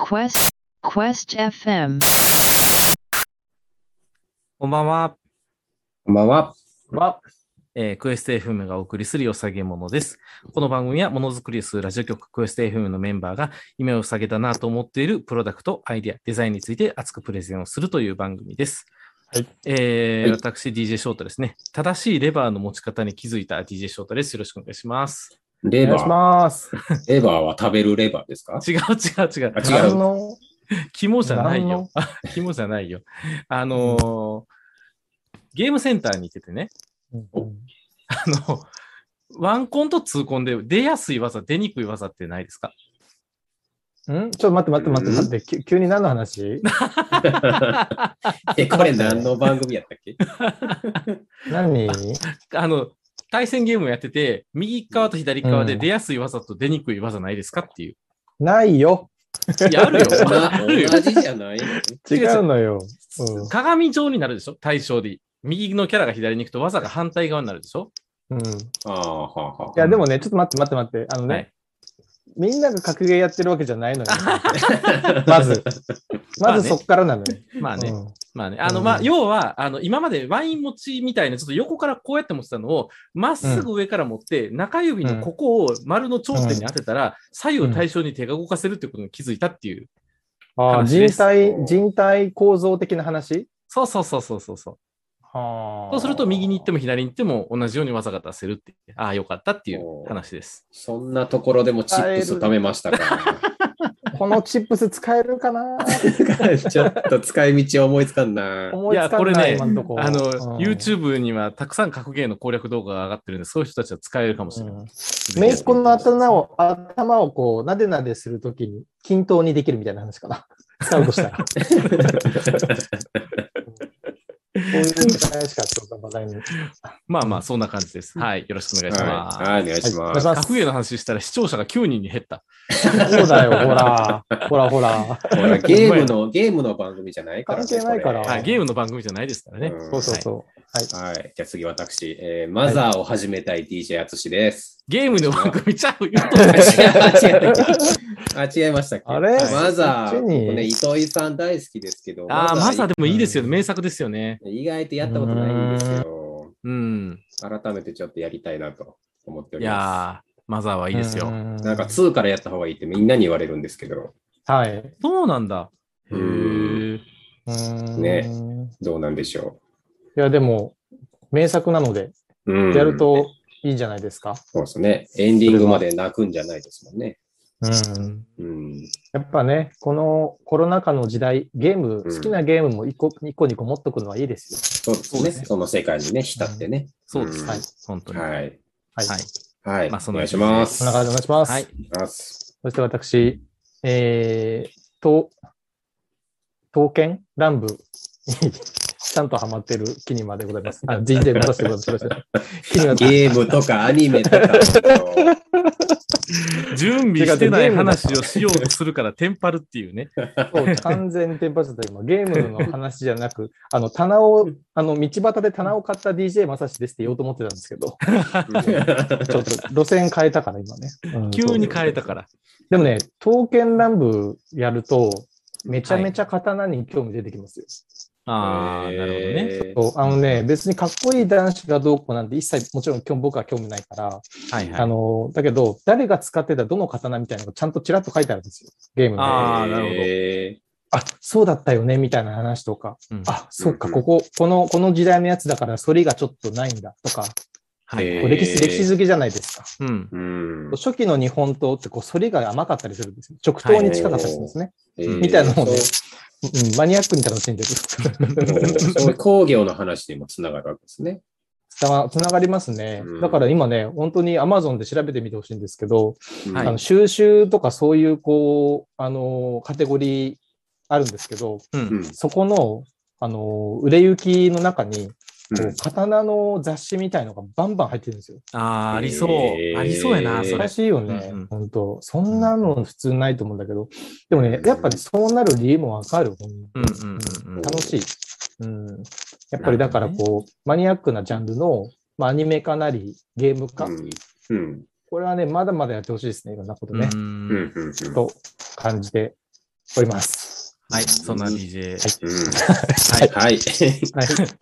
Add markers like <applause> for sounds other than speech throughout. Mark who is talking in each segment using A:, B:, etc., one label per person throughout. A: Quest Quest FM
B: こんばんは。
C: こんばんは。
B: は、えークエスト FM がお送りするよさげものです。この番組はものづくりをするラジオ局クエスト FM のメンバーが夢を下げたなと思っているプロダクト、アイデア、デザインについて熱くプレゼンをするという番組です。
D: はい
B: えー
C: はい
B: 私、DJ 翔太ですね。正しいレバーの持ち方に気づいた DJ 翔太です。よろしくお願いします。
C: レ
D: お願いし
C: バ
D: ます。
C: ー。レバーは食べるレバーですか
B: 違う違う違う。
C: あ違う
D: 何の
B: 肝じゃない
D: 何
B: よ
D: の。
B: <laughs> 肝じゃないよ。あのーゲームセンターに行っててね、あの、ワンコンとツーコンで出やすい技、出にくい技ってないですか
D: んちょっと待って待って待って待って、きゅ急に何の話
B: あ
C: え、これ何の番組やったっ
D: <laughs>
C: け
D: 何
B: の、対戦ゲームやってて、右側と左側で
D: うん
B: 出やすい技と出にくい技ないですかっていう。
D: ないよ。
B: いや、ある
C: <laughs>
B: よ。あ
C: な
B: るよ。
C: 同じじゃないの
D: 違うのよ。うん
B: 鏡状になるでしょ対象で。右のキャラが左に行くと技が反対側になるでしょ
D: うん、い
C: ああ、はあはあ。
D: や、でもね、ちょっと待って待って待って。あのね、
B: はい
D: みんなが格ゲーやってるわけじ
B: <laughs>
D: ゃないのよ。まず、まずそっからなのよ。
B: まあね。
D: うん
B: まあね、あの、
D: うん
B: まあ、要は、あの、今までワイン持ちみたいな、ちょっと横からこうやって持ってたのを、まっすぐ上から持って、中指のここを丸の頂点に当てたら、左右対称に手が動かせるってことに気づいたっていう。
D: あー
B: 話で
D: 人
B: す
D: 体、人体構造的な話
B: そうそうそうそうそうそう。そうすると、右に行っても左に行っても同じように技が出せるって。ああ、よかったっていう話です。
C: そんなところでもチップスを食べました
D: <laughs>
C: か。
D: このチップス使えるかな
C: ちょっと使い道思いつかんな。
D: 思いつかんない
B: いやこれね
D: 今んとこ
B: あの、
D: うん
B: YouTube にはたくさん格ゲーの攻略動画が上がってるんで、そういう人たちは使えるかもしれない。
D: うんめいっ子の頭を、頭をこう、なでなでするときに均等にできるみたいな話かな。使うとしたら。こういう話しかちょっと話題に。
B: まあまあ、そんな感じです。はい。よろしくお願いします。
C: はい、はいお願いし
D: はいお
C: ま
D: 願いし
C: す。
D: ます
B: 格ゲーの話したら視聴者が9人に減った。
D: そうだよ、ほら。ほらほら。
C: ほらゲームの、ゲームの番組じゃないからね。
D: 関係ないから
C: こ
B: は
C: れ
B: い、ゲームの番組じゃないですからね。
C: ん
D: そうそうそう。は
C: は
D: い。
C: い。じゃあ次私、えーマザーを始めたい DJ あつしです。
B: ゲームの番組ちゃう言うと
D: <laughs>
C: 違
B: る
C: う違うあ、違いましたっけ
D: あれ
C: マザ
D: そ
C: ー、
D: っちに
C: 僕ね、糸井さん大好きですけど、
B: ああ、マザーでもいいですよね。
D: うん
B: 名作ですよね。
C: 意外とやったことないんですよ。
B: うん。
C: 改めてちょっとやりたいなと思ってお
B: い
C: りま
B: やー、マザーはいいですよ。
C: す。なんか2からやった方がいいってみんなに言われるんですけど、
D: はい。
B: そうなんだ。へ
C: うん
B: え。
C: ね
D: うん
C: どうなんでしょ
D: いや、でも、名作なので、
C: う。うん、
D: やる。といいんじゃないですか。
C: そうですね。エンディングまで泣くんじゃないですもんね。
D: うん。
C: うん。
D: やっぱね、このコロナ禍の時代、ゲーム、
C: うん
D: 好きなゲームも一個、一個二個持っとくのはいいです
C: そ
D: よ。
C: うです
B: そうで
C: ね。
B: すね
C: その世界にね、浸ってね。
B: そうです。
C: うん
B: はい。本当に。は
C: はい。
D: はい。
B: い。
C: はい。
B: まあそ
C: お
B: んな
C: 願いします。
D: こんな感じでお願いします。
B: はい。
C: お願いします
D: そして私、えー、と、刀剣乱舞に <laughs> ちゃんとハマってるキニマでございます。あ、DJ の私でございます。キニマ
C: ゲームとかアニメと
D: <laughs>
C: か、
B: 準備してない話をしようとするから、テンパるっていうね。
D: そう完全にテンパっちゃった今、ゲームの話じゃなく、あの、棚を、あの、道端で棚を買った DJ まさしですって言おうと思ってたんですけど、ちょっと路線変えたから今ね。うん
B: 急に変えたから。
D: でもね、刀剣乱舞やると、めちゃめちゃ刀に興味出てきますよ。
B: ああ、なるほどね。
C: ほ
D: そうあのね、別にかっこいい男子がどうこうなんて一切、もちろん興味僕は興味ないから、
B: はいはい。
D: あの、だけど、誰が使ってたどの刀みたいなのがちゃんとちらっと書いてあるんですよ。ゲームで。あ
B: あーなるほど
D: そうだったよね、みたいな話とか。
B: うん
D: あ、そうか、
C: うん
D: ここ、この、この時代のやつだから、反りがちょっとないんだ、とか。
B: はい
C: え
D: こう歴史、歴史好きじゃないですか。
B: うん。
C: うん
D: 初期の日本刀って、こう、反りが甘かったりするんですよ。直刀に近かったりするんですね。
C: えー
D: みたいなのをね
C: そう
D: うん、マニアックに楽しんでる。
C: そういう工業の話にもつながるわけですね。
D: つなつながりますね
C: うん。
D: だから今ね、本当に Amazon で調べてみてほしいんですけど、
B: はい
D: あの収集とかそういう、こう、あの、カテゴリーあるんですけど、
B: う
C: うん
B: ん。
D: そこの、あの、売れ行きの中に、こ
C: う
D: うん刀の雑誌みたいのがバンバン入ってるんですよ。
B: ああ、ありそう
C: え。ー
B: ありそうやな、そ
D: 難
B: れ。
D: しいよね、
B: うんうん
D: 本当そんなの普通ないと思うんだけど、でもね、やっぱりそうなる理由もわかる。
B: うんうんうんうん。
D: 楽しい。うん、やっぱりだからこう、マニアックなジャンルの、まあ、アニメ化なりゲーム化、
C: うんうん
D: これはね、まだまだやってほしいですね、いろんなことね、
B: う
C: うん
B: ん
C: うんうん
D: と感じております。
B: はい、そんな DJ。
C: うん
B: はい。
C: はい。
D: はい。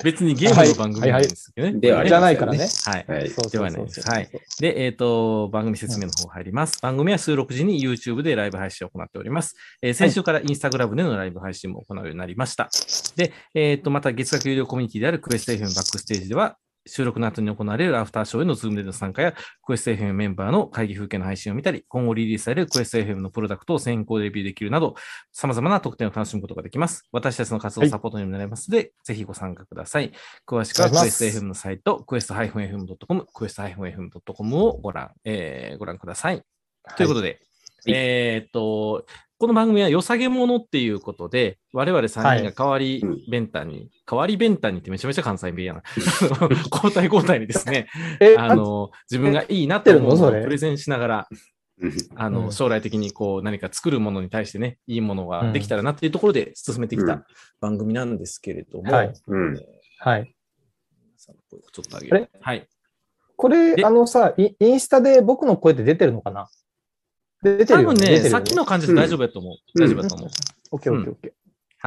B: 別にゲームの番組じゃないん <laughs> ですけどね。
C: ではあり
D: じ
C: ま
D: ゃな
C: せん
D: いからね。
B: はい。
C: はい。
D: そう
B: で
D: そ
B: は
D: う
B: な
D: そ
B: いうです
D: そう。
B: はい。で、えっ、と、番組説明の方入ります。番組は収録時に YouTube でライブ配信を行っております。えー先週からインスタグラムでのライブ配信も行うようになりました。で、えっ、と、また月額有料コミュニティであるクエスト FM バックステージでは、収録の後に行われるアフターショーへのズームでの参加や、クエスト FM メンバーの会議風景の配信を見たり、今後リリースされるクエスト FM のプロダクトを先行レビューできるなど、様々な特典を楽しむことができます。私たちの活動
D: はい
B: サポートにもなりますので、ぜひご参加ください。詳しくは
D: お願
B: ク
D: い
B: エ
D: します
B: スト FM のサイト、quest-fm.com、quest-fm.com をご覧、えーご覧ください。ということで、えーっと、この番組は良さげものっていうことで、我々3人が代わり
C: うん
B: 弁当に、代わり弁当にってめちゃめちゃ関西弁や
D: <laughs>
B: な。交代交代にですね、
D: え、
B: あの、自分がいいなと思うの
D: 合っ
B: を
D: てるのそれ
B: プレゼンしながら、
C: うん
B: あの、
D: うん
B: 将来的にこう何か作るものに対してね、いいものができたらなっていうところで進めてき
C: う
B: た
C: ん
B: 番組なんですけれども、
D: はい
C: うん
B: えー
D: はい。
B: ちょっとあげる。はい。
D: これ、
B: で
D: あのさ、インインスタで僕の声って出てるのかな出て
B: 多
D: るよ
B: 分
D: ね。
B: ね、
D: 出てる
B: さ
D: よ
B: っ
D: ね
B: きの感じで大丈夫だと思う。
C: うん
B: 大丈夫だと思う。
D: オッケーオッケーオッケー。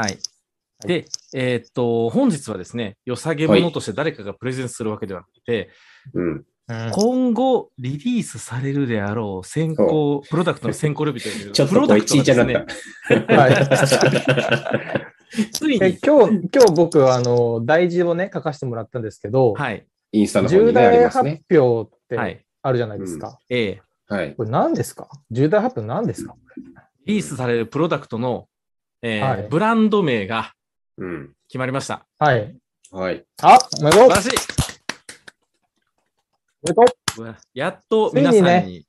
B: はい。で、えーっと、本日はですね、良さげものとして誰かがプレゼンするわけではなくて、
C: うん。
D: うん
B: 今後リリースされるであろう先行、プロダクトの先行レビューという
C: <laughs> ちょっ
B: プロ
C: と
B: ダ
C: 声
B: クト
C: ち
B: が
C: いち
B: です
C: ゃなっ
B: ね、
D: はい。
C: た。
B: つい
D: え
B: に、
D: 今日、今日僕、あの、大事をね、書かせてもらったんですけど、
B: はい、
C: インスタの方
D: 重
C: にねあり
D: 大
C: ます
D: 発
C: ね。
D: 表っ
B: は
D: て
B: い、
D: あるじゃないですか。
B: えー
C: はい。
D: これ何ですか重大発表何ですか
B: リリースされるプロダクトの、えー
D: はい
B: ブランド名が
C: うん。
B: 決まりました。
D: はい。
C: はい。
D: あ、おめでとう
B: 素晴
D: おめ
B: らしい
D: でとう
B: うわやっと皆さん
D: ついに
B: に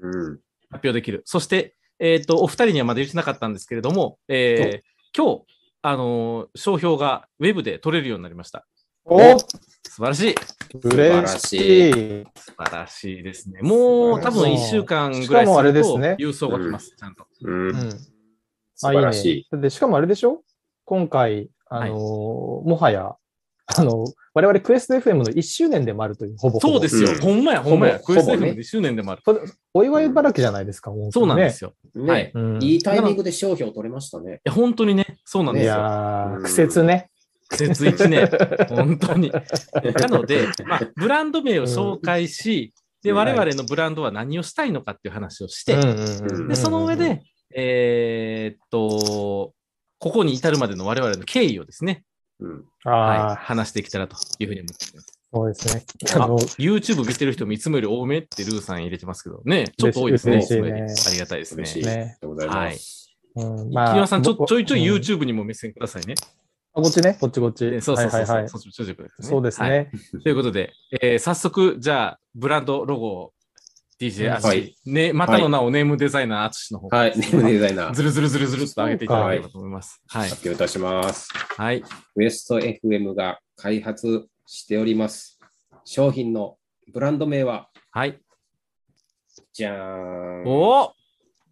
C: うん。
B: 発表できる。そして、えーっと、お二人にはまだ言ってなかったんですけれども、えー今日、あのー商標がウェブで取れるようになりました。
D: お
B: 素晴らしい。
D: 嬉しい。
B: 素晴らしいですね。もう多分1週間ぐらい
D: しかもあれですす
B: ると
D: ね
B: 郵送が来ます、ちゃんと。
C: う。
D: うんん。
C: 素晴ら
D: あ
C: し
D: ねだってしかもあれでしょ今回、あのーもはや、あのー我々クエスト FM の1周年でもあるという、ほぼほぼ
B: そうですよ、
C: うん
B: ほんまや、ほんまや。
C: ほ
B: ク
C: ぼ
B: エスト
C: ほぼね
B: FM で周年でもある。
D: お祝いばらけじゃないですか、本当
B: そう
D: に
B: なん
D: ね
B: ですよ。
C: い。
B: は
C: ね
B: い。
D: うん
C: いいタイミングで商標取れましたね。
B: いや、本当にね、そうなんで
D: い
B: す
D: や
B: よ。
D: ー、
C: うん
D: 苦節ね。
B: 節一年、本当に。なので、まあ、ブランド名を紹介し、で、
C: うん
B: 我々のブランドは何をしたいのかっていう話をして、
C: うん
B: で、その上で、えーっと、ここに至るまでの我々の経緯をですね、
C: うん。
D: あ
B: はい、
D: あ
B: 話していけたらというふうに思っています。
D: そうですね。あ
B: あ
D: の、
B: YouTube 見てる人もいつもより多めってルーさん入れてますけどね、ちょっと多いですね。
D: 嬉
B: い
D: しい
B: つもより
D: 嬉しいね
B: ありがたいですね。
C: 嬉しい。
B: 木
C: あり
D: ね
C: がとうございます。
D: うん、
B: 村さん、ちょ
D: 僕
B: ちょいちょい
D: うん
B: YouTube にも目線くださいね。
D: あこっちね、こっちこっ
B: え
D: ち。
B: そうそうそ
D: は
B: う
D: いはいはい。
B: そうそうそうそう
D: そうです
B: はい
D: ね。
B: ということで、えー早速、じゃあ、ブランドロゴを DJ ア
C: は
B: ツ
C: い
B: シ、ね、またの名をネームデザイナーアツシの方から、
C: はい。ネームデザイナー、
B: ずるずるずるずるっと上げていただければと思います。はい
C: 発。表いたします。
B: はい。
C: ウエスト FM が開発しております。商品のブランド名は、
B: はい。
C: じゃーん。
B: おお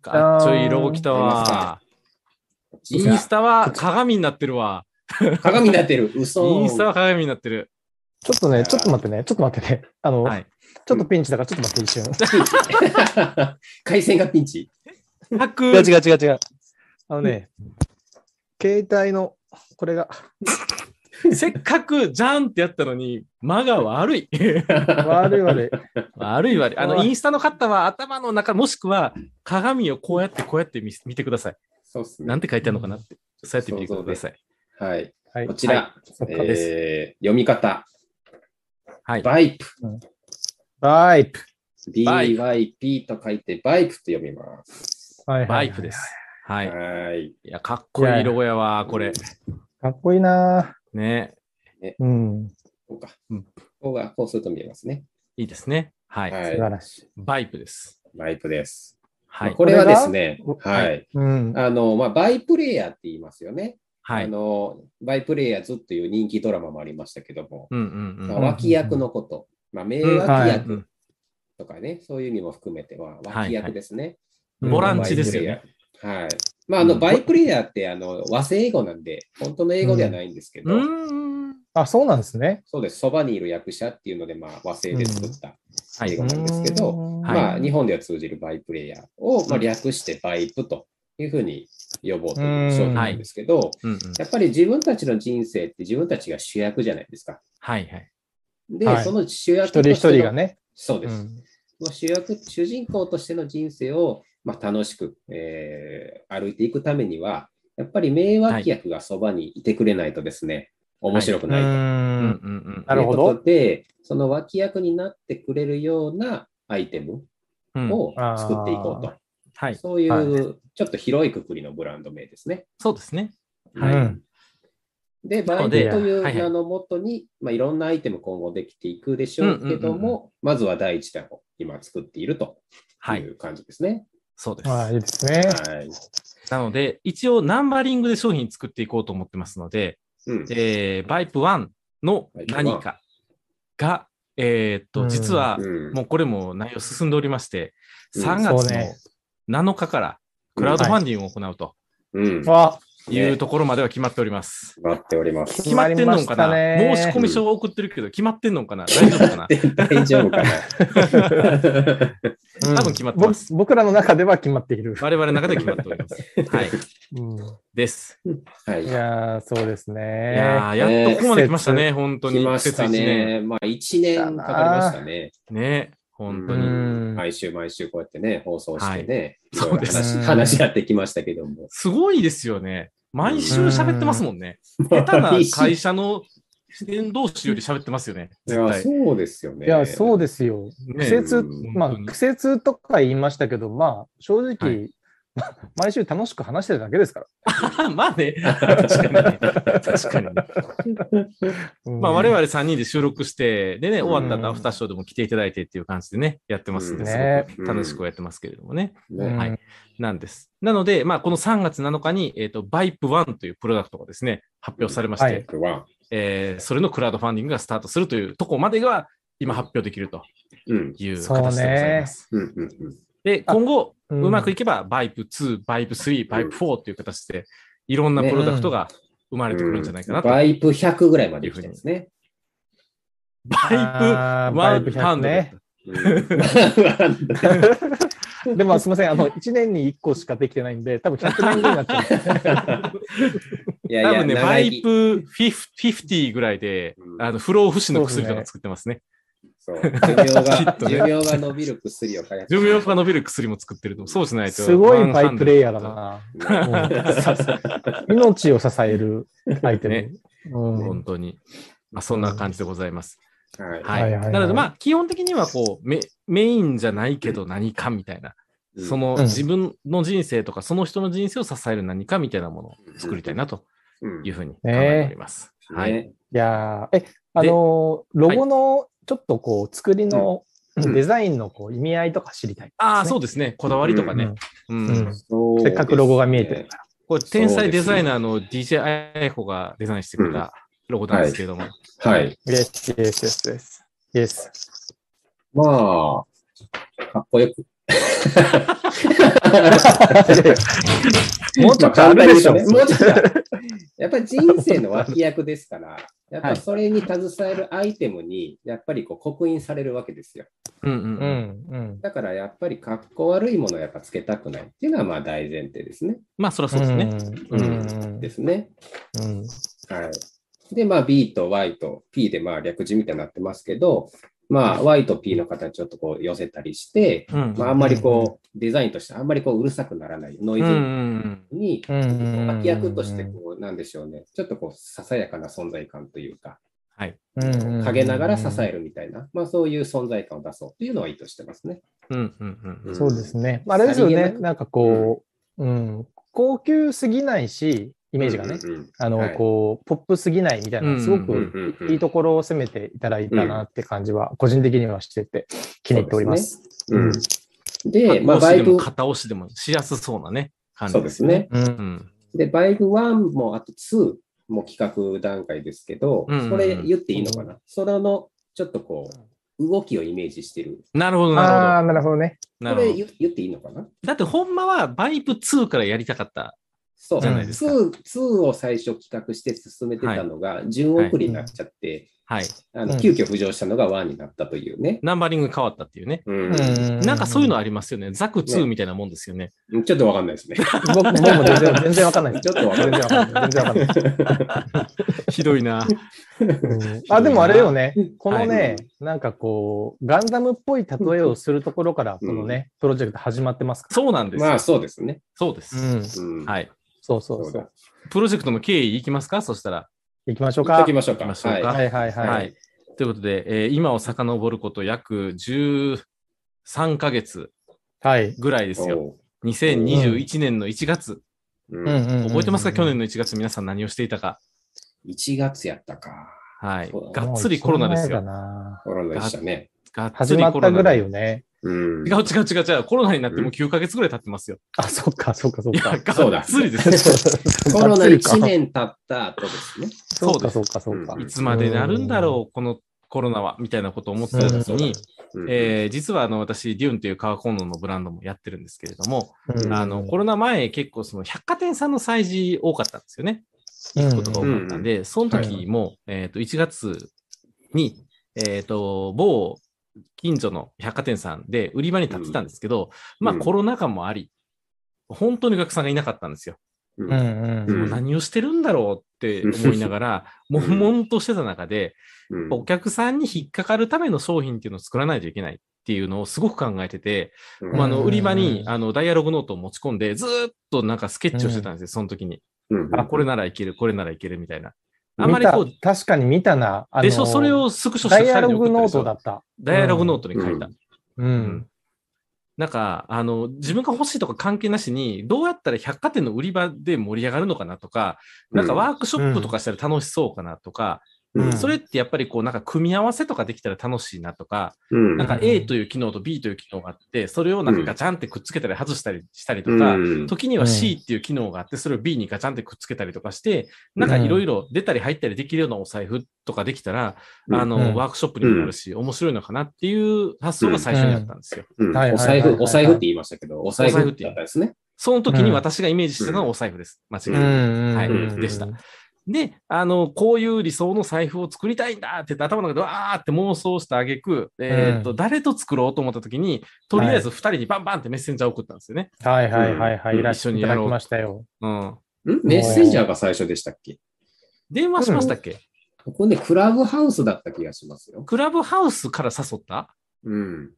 B: かっちょいいロゴきたわ。インスタは鏡になってるわ。
C: 鏡になってる。嘘。
B: インスタは鏡になって
D: <laughs>
B: る。
D: ちょっとね、ちょっと待ってね、ちょっと待ってね。あの、
B: はい。
D: ちょっとピンチだから、ちょっと待って、一瞬。
C: <laughs> 回線がピンチ。
B: 各
D: 違う違う違う違う。あのね、携帯の、これが、
B: <laughs> せっかくじゃんってやったのに、間が悪い。
D: 悪い悪い。
B: 悪い悪い。あの、
D: 怖い
B: インスタの方は頭の中、もしくは鏡をこうやってこうやって見せ見てください。
C: そうっす
B: な
C: ね
B: ん。て書いてあるのかなって。そうやって見てください。
C: はい。
D: はい
C: こ。ちら、
D: そっか
C: えー読み方、
B: はい。
C: バイプ。
D: バイプ。
B: バイ
C: BYP と書いて、バイプと読みます。
D: はいはい
B: バイクです。。は。
C: はいい。
B: いや、かっこいいロゴやわ、これ。
D: かっこいいな
B: ね。
D: うん。
C: こうか
B: うん。
C: こうが、こうすると見えますね。
B: いいですね。はい。
D: 素晴らしい。
B: バイプです。
C: バイプです。
B: は
C: まあ
B: い。
C: これはですね
D: こ、れが
C: はい。
D: うん。
C: あの、まあ、バイプレイヤーって言いますよね。
B: はい。
C: あ
B: うん
C: の、バイプレイヤーズっていう人気ドラマもありましたけども、
B: うんうん
C: ま
B: う
C: あ
B: ん。
C: 脇役のこと、まあ、名
B: うん
D: は
B: うんう
C: 脇
D: い
C: 役
B: ん
C: とかね、そういう意味も含めては、
B: いはい
C: 脇役ですね。
B: ボランチですよ
C: バ
B: ね。
C: イプレイヤー。はい。まあ、あ
B: う
C: の、
B: ん
C: バイプレイヤーって、あの、和製英語なんで、本当の英語ではないんですけど、
B: うーん。
D: あ、そうなんですね。
C: そうです。そばにいる役者っていうので、まあ、和製で作った
B: は
C: 英
B: い
C: 語。なんですけど、
D: うん
B: はい
C: まあ、日本では通じるバイプレイヤーを、まあ、略してバイプといいうふうに呼ぼうと
D: う
C: い
D: ん
C: う商品なんですけど、
B: うんうん。
C: やっぱり自分たちの人生って自分たちが主役じゃないですか。
B: はいはい。
C: で、
D: はい
C: その主役
D: 一人
C: と
D: 一
C: しての
D: 人がね。
C: そうで
D: う
C: す。
D: ん
C: まあ主役、主人公としての人生を、まあ、楽しく、えー歩いていくためには、やっぱり名脇役がそばにいてくれないとですね、面白く
D: う
C: ないと。
B: うん
D: ん
B: うん
D: なるほ
C: というこ
D: ど。
C: とで、その脇役になってくれるようなアイテム
B: うん。うん
C: を作っていこうと。
B: はい。
C: そうい
D: は
C: うちょっと広いくくりのブランド名ですね。
B: そうですね。
D: う
B: はい。
D: ん
C: で、
B: な
C: バ
B: の
C: イ
B: で
C: トという
B: はいはい
C: 名のもとに、まあ、いろんなアイテム今後できていくでしょうけども、
B: うんうん
C: まずは第一弾を今作っていると
B: はいい。
C: う感じですね。
B: そうです。
D: ああ、いいですね。
C: はい。
B: なので、一応ナンバリングで商品作っていこうと思ってますので、
C: うん
B: えー、バイプ1の何かが、えーっ
D: う
B: と、
D: ん
B: 実は、
C: うん
B: もうこれも内容進んでおりまして、
C: うん
B: 3
D: そう
B: 月
D: ね
B: の7日からクラウドファンディングを行うと
C: うん。
D: あ、
B: いう
C: ね
B: ところまでは決まっております。
C: 待っております。 <laughs>
B: 決まってんのかな
D: 決まり
B: 申
D: まし
B: した
D: ね
B: 込み書を送ってるけど、決まってんの
C: <laughs>
B: かな大丈夫かな
C: 大丈
B: <laughs>
C: 夫かな
D: うん
B: 多分決まってます
D: ぼ僕らの中では決まっている。
B: 我々の中で決まっており
C: <laughs>
B: ます。はい。
D: うん
B: です。
C: はい
D: い。やー、そうです
B: い
D: ね。
B: やーやっとここまで来ましたね、本当に。
C: 来ました
B: 季節一年。
C: ね。まあ、1年かかりましたね。
B: ね、本当
D: う
B: に。
D: ん
C: 毎週毎週こうやってね、放送してね、い
B: はい
C: ろいろ
B: そう
D: です
C: 話話し合ってきましたけども。
B: すごいですよね。毎週喋ってますもんね。下手な会社の支店同士より喋ってますよね。
C: い
B: 絶
C: や、
B: 対。
C: そうですよ
D: い
C: ね。
D: や、そう
C: で
D: ですよ。
B: ね
D: 苦節
C: う、
B: ん
D: まあ
B: 本当、に
D: 苦節とか言いましたけど、まあ、正直、
B: は
D: <laughs> 毎週楽しく話してるだけですから。
B: まあね、確かにね。確かにね。
D: <laughs> うん
B: まあ、我々3人で収録して、でね、
C: うん
B: 終わった後、アフターショーでも来ていただいてっていう感じでね、やってますんで、
D: うん
B: す
D: ね
B: ごく楽しくやってますけれどもね。
C: す
D: うん
B: はいなんです。なので、まあ、この3月7日に、えっ、と、Vipe1 というプロダクトがですね、発表されまして、
D: はい
B: えーそれのクラウドファンディングがスタートするというとこまでが、今発表できると
C: うん。
B: いう形で
D: そうね
B: ございます。
C: うんうんうん
B: で、
D: あ
B: 今後、
D: う
B: うんまくいけば、Vipe2、Vipe3、Vipe4 という形で、いろんな
C: ね
B: プロダクトが生まれてくるんじゃないかなと。
C: バイプ100ぐらいまで来てますね。
B: Vipe1
D: あーバイプ100
B: ハンドだった
C: う
D: ね。
C: ん
D: <laughs> でも、すみません、あの、1年に1個しかできてないんで、多分100年ぐらいになっちゃう。
C: いやい
B: 多
C: や、
B: 分
C: <laughs>
B: ね、
C: 長
B: バ
C: 生
B: イ
C: き
B: プ50ぐらいで、
C: うん
B: あの不老不死の薬と
D: そうですね
B: か作ってますね。
C: そう寿命
B: <laughs> き
C: が
B: っ、と
C: 寿
B: ね
C: 命が伸びる薬を開発
B: 寿
C: <laughs>
B: 命が伸びる薬も作ってると、そうしないと。
D: すご
B: ワ
D: い
B: ン
D: バ
B: ハ
D: イ
B: ンド
D: プレイヤーだ。な。命を支えるアイテム。
B: ね
D: うん
B: 本当に。まあ、そんな感じでございます。
C: は
B: は。
C: い
D: はいいはいはい
B: なので、まあ、基本的にはこうメ、メインじゃないけど何かみたいな、その
D: うん
B: 自分の人生とか、その人の人生を支える何かみたいなものを作りたいなと
C: うん
B: いうふうに考えております。はい。
C: ね
D: いやーえ、あのー、ロゴのちょっとこう、作りの、
C: うん
D: デザインのこう意味合いとか知りたい。
B: ああ、そうですね。こだわりとかね。うん
D: うん
C: そうですね
D: せっかくロゴが見えてるから。
B: これ、天才デザイナーの DJ あやこがデザインしてくれたロゴなんですけれども。
C: はい。
D: イエス、イエス、イエス、イエス。イエス。
C: まあ、かっこよ <laughs> く。
D: もうちょっとあるでしょ
C: まあ簡単に言うとね <laughs> もうちょっとある。やっぱり人生の脇役ですから、やっぱりそれに携えるアイテムに、やっぱりこう刻印されるわけですよ。
B: うんうん
D: う
B: うん。
D: ん、うん。
C: だからやっぱりかっこ悪いものをやっぱつけたくないっていうのはまあ大前提ですね。
B: まあ、そりゃそうですね。
D: うん。うん
C: ですね。
D: うん。
C: はい。で、まあ B と Y と P でまあ略字みたいになってますけど、まあ Y と P の形をちょっとこう寄せたりして、
B: うん
C: まああんまりこうデザインとしてあんまりこううるさくならないノイ
B: うんう
C: ズ
B: ん
C: に
D: うんうん
C: 脇役としてこうなんでしょうね、ちょっとこうささやかな存在感というか、
D: うん
C: 陰ながら支えるみたいな、まあそういう存在感を出そうっていうのは意図してますね。
B: うんうんうんうん。
D: そうですね。まああれですよ
C: さり
D: ね。
C: げなく
D: なんかこう、うん、高級すぎないし、
C: イ
D: イメージがね、
C: うんうん
D: あ
C: は
D: の、
C: い
D: こう、ポップすぎないみたい
B: うん
D: な、すご
B: う
D: く
C: うんうんうん
D: いいところを攻めていただいたなって感じは、個人的にはしてて、気に入っております。
C: うんで、
B: ま
C: まあ
B: あ、
C: バ
B: バ
C: イ
B: イ
C: ブ
B: ブ。、片押しでもしやすそうなね、感じ
C: そうです。ね。
D: う。
B: うんん。
C: で、バイブ1もあと2も企画段階ですけど、
B: うんうんうん
C: これ言っていいのかな、それのちょっとこう、動きをイメージしてる。
B: なるほど、
D: あ
B: な
D: あ、なるほどね。
B: るほど。
C: こ
B: なるほ
C: れ
B: ど。
C: 言言っていいのかな
B: だって、ほんまは、バイブ2からやりたかった。
C: そう。
D: じゃないです
B: か
C: 2、2を最初企画して進めてたのが、順送りになっちゃって、
B: はい。
C: あ
D: う
C: の
D: ん
C: 急遽浮上したのが1になったというね。
B: ナンバリング変わったっていうね。
C: うん。
D: な
B: なんかそういうのあ
D: り
B: りますよね。ザク2みたいなもんですよね。
C: ちょっとわかんないですね。
D: 僕僕も全然全然わかんないです。
C: ちょっとわかん
D: 全
C: ない
D: 然わかんない。全然わかんない。
B: ひどいな。
D: うんあ、でもあれよね。このね、
C: はい
D: なんかこう、ガンダムっぽい例えをするところから、このね、プロジェクト始まってますか
B: そうなんですよ。
C: まあそうですね。
B: そうで
D: ら。
B: す、
D: うん。
C: うん。
B: はい。
D: そう
C: そ
D: そう
C: う
D: そ
C: だ
D: う。。
B: プロジェクトの経緯いきますかそしたら。
D: 行きましょう
C: 行っと
D: か
C: き。ましょう
B: 行き
C: か。
B: ましょうか
C: はい。
D: はいはい
B: はい。
D: はい。
B: ということで、えー今を遡ること約13ヶ月
D: はい。
B: ぐらいですよ。
C: おう
B: 2021年の1月。
C: う
D: うんんうんうん
B: 覚えてますか去年の1月皆さん何をしていたか。
C: 1月やったか。
B: はい
C: そう。だ
B: がっつりコロナです
D: もう一
B: よ。
D: 年前だな
C: コロナでしたね。
B: がっつ
D: 始
B: り
D: まっ
B: コロナ
D: た
B: で
D: ぐらいよね。
C: うん
B: 違う。違う違う違う。コロナになってもう9ヶ月ぐらい経ってますよ。
D: あ、そっか、そっか、そっ
B: いや、
D: か。
C: そう
B: が
C: だ
B: っつりですよ。
D: コ <laughs>
C: コロナ1年経った後ですね。
D: そう
B: そうで
D: か、
B: す
D: そうか、そうか
C: う。ん
B: いつまでなるんだろう、このコロナは、みたいなことを思ってた時に、
C: うん
B: えー実はあの私、デューンという革コンロのブランドもやってるんですけれども、
D: うん
B: あのコロナ前、結構その百貨店さんの催事多かったんですよね、
D: うん
B: ことが多かったんで、その時も、えー、と1月に、えー、と某近所の百貨店さんで売り場に立ってたんですけど、
C: うん
B: まあ
C: うん
B: コロナ禍もあり、本当にお客さんがいなかったんですよ。
C: う
D: うんん
B: で
D: う
B: も
D: ん。
B: 何をしてるんだろうって思いながら、
C: <laughs> うん
B: 悶々としてた中で、
C: うん
B: お客さんに引っかかるための商品っていうのを作らないといけないっていうのをすごく考えてて、
C: うん
B: まあ、あの
D: うん
B: 売り場にあのダイアログノートを持ち込んで、ずーっとなんかスケッチをしてたんですよ、その時に。
C: うん
B: あ、これならいける、これならいけるみたいな。あ
D: あん
B: ま
D: ま
B: り
D: り
B: こう、
D: 確かに見たな。あの
B: でしょ、それをスクショし
D: ダ
B: て
D: イア
B: 2人
D: ロ
B: に送っ
D: グ
B: たで
D: ノー
B: しょ
D: トだった。
B: ダイアログノートに書いた。
D: う
B: うん
D: ん。
B: なんかあの自分が欲しいとか関係なしにどうやったら百貨店の売り場で盛り上がるのかなとか、なんかワークショップとかしたら楽しそうかなとか、
C: うん
D: うん
B: それってやっぱりこうなんか組み合わせとかできたら楽しいなとか、
C: うん
B: なんか
D: うん
B: A という機能と B という機能があって、それをなんかガチャンってくっつけたり外したりしたりとか、
C: うん
B: 時には C っていう機能があって、それを B にガチャンってくっつけたりとかして、なんかいろいろ出たり入ったりできるようなお財布とかできたら、
C: うん
B: あ
D: うん
B: の、ワークショップにもなるし、面白いのかなっていう発想が最初にあったんですよ。
C: うん
D: はい
C: お
D: はいは
C: 財
D: いはい
C: 布、お財布って言いましたけど、お財布だったですね。
B: その時に私がイメージしてたのはお財布です。間違い
C: うん
B: なく。
D: ん
B: はい
C: で
B: したで、あの、こういう理想の財布を作りたいんだって言って頭の中でわーって妄想した挙句、えっと、誰と作ろうと思った時に、とりあえず2人にバンバンってメッセンジャーを送ったんですよね。
D: はいはいはいは
C: う
D: い。
C: ん
D: いらっしゃいただきましたよ。
B: うん。
C: んメッセンジャーが最初でしたっけ
B: 電話しましたっけ、
C: ここね、クラブハウスだった気がしますよ。
B: クラブハウスから誘った
C: うん。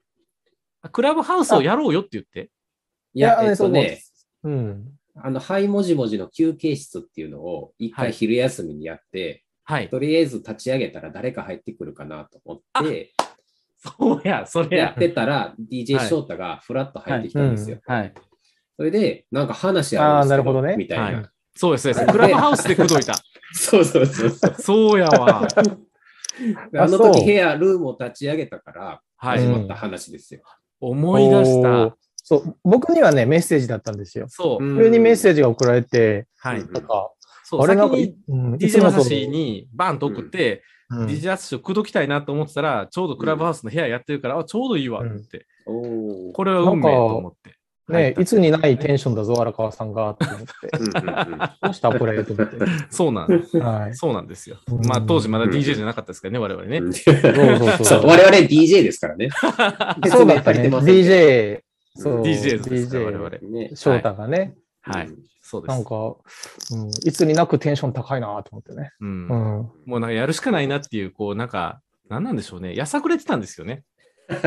B: クラブハウスをやろうよって言って。
C: いや、
D: いや
C: えっと
D: そうで
C: ね、
D: うん。
C: あの、はいもじもじの休憩室っていうのを一
B: はい
C: 回昼休みにやって、
D: <laughs>
B: はい。
C: とりあえず立ち上げたら誰か入ってくるかなと思って、
B: そうや、それ
C: やっ
B: や。
C: てたら DJ
B: はい
C: 翔太がフラッと入ってきたんですよ。
B: はい。
C: それで、なんか話あるんですけ
D: あーなるほどね
C: みたいな。
B: はいそうです、そうです。クラブハウスで口説い
D: <laughs>
B: た。
C: <laughs> そうそうそうそう。
B: そうやわ。
C: あの
D: そう
C: 時部屋、ルームを立ち上げたから
B: は
C: 始
B: い。
C: まった話ですよ。
B: 思い出し
D: おー
B: た。。
D: そう、僕にはね、メッセージだったんですよ。
B: そう。
C: うん。
D: 急にメッセージが送られて、
B: はいう
C: ん
D: なんか、
B: そう、
D: あれなんか、
B: 先に
D: うん
B: DJ マサ
D: い
B: シ
D: つも
B: にバンと送って、
D: とうん
B: DJ マサシを口説きたいなと思ってたら、ちょうどクラブハウスの部屋やってるから、あ、ちょうどいいわって。
C: おー
B: これは運命と思って。入っ
D: ね
B: た
D: いつにないテンションだぞ、荒川さんが、って思
B: <laughs>
D: って。
C: うんうんうん
D: どうしたこれと思っ
B: そうなんです。
D: て。はい。
B: そうなんですよ
D: うん。
B: まあ、当時まだ DJ じゃなかったですからね、我々ね。
D: そうそうそう
C: そう、我々 DJ ですから
D: <laughs>
C: ね。
D: そうだったね。
C: 説明されて
D: DJ、そう。
B: DJ ですから、我々。
D: DJ
C: ませんけどね
D: 翔太がね、
B: はい。そうで
D: なん
B: す。
D: か、うん、いつになくテンション高いなと思ってね。
B: うん
D: う。ん。
B: もうなんかやるしかないなっていう、こう、なんか、なんなんでしょうね。やさぐれてたんですよね。
C: <laughs> まあ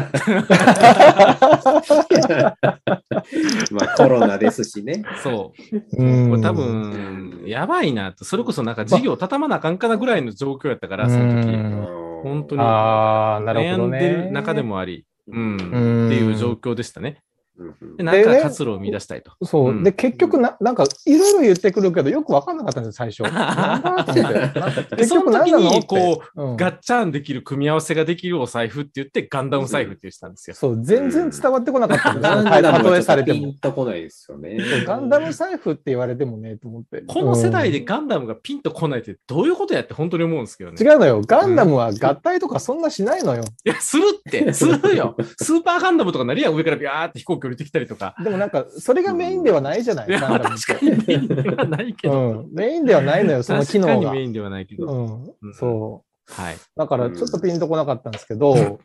C: コロナですしね。
B: そう。
D: うん
B: これ多分、やばいなと。それこそなんか事業畳まなあかんかなぐらいの状況やったから、その
D: う
B: 時。
D: ん
B: 本当に
D: ああ、なる
B: 悩
D: ほど
B: ん
D: ね。
B: でる中でもあり、うん。って
D: うん
B: いう状況でしたね。
C: うんうん
B: で、なんか活路を見出したいと。
D: そ
B: う
D: う、
B: ん
D: で、結局な、なんか、いろいろ言ってくるけど、よく分かんなかったんで
B: <laughs>
D: すよ、最初。なんだと思ってなんか
B: で、
D: 結
B: そ
D: 局
B: の時
D: 何なの
B: に、こ
D: う、う
B: う、
D: ん
B: ガッチャンできる組み合わせができるお財布って言って、ガンダム財布って言ってたんですよ。
D: そう、全然伝わってこなかったんです
C: ガ
D: よ
C: ン
D: た
C: ダム
D: と
C: は
D: え
C: ちょ
D: さ
C: っ
D: れ
C: と
D: て
C: ピ
D: も
C: ン。とこないですよね。
D: ガンダム財布って言われてもね、と思って。
B: この世代
D: う
B: で
D: ん
B: ガンダムがピンとこないってどういうことやって本当に思うんですけどね。
D: 違うのよ。ガンダムは合体とかそんなしないのよ。
B: いや、するって、するよ。スーパーガンダムとかなりやん上からビャーって飛行機降りてきたりとか。
D: でもなんか、それがメインではないじゃない、
B: いや、
D: ガ
B: ま
D: ン
B: あ
D: ダムって
B: <laughs> 確かにメインではないけど。
D: うん。メインではないのよ、その機
B: 確か
D: 能
B: に
D: が。
B: メインではないけど。
D: うん
B: うん
D: そ
B: はい。
D: だからちょっとピンとこなかったんですけど、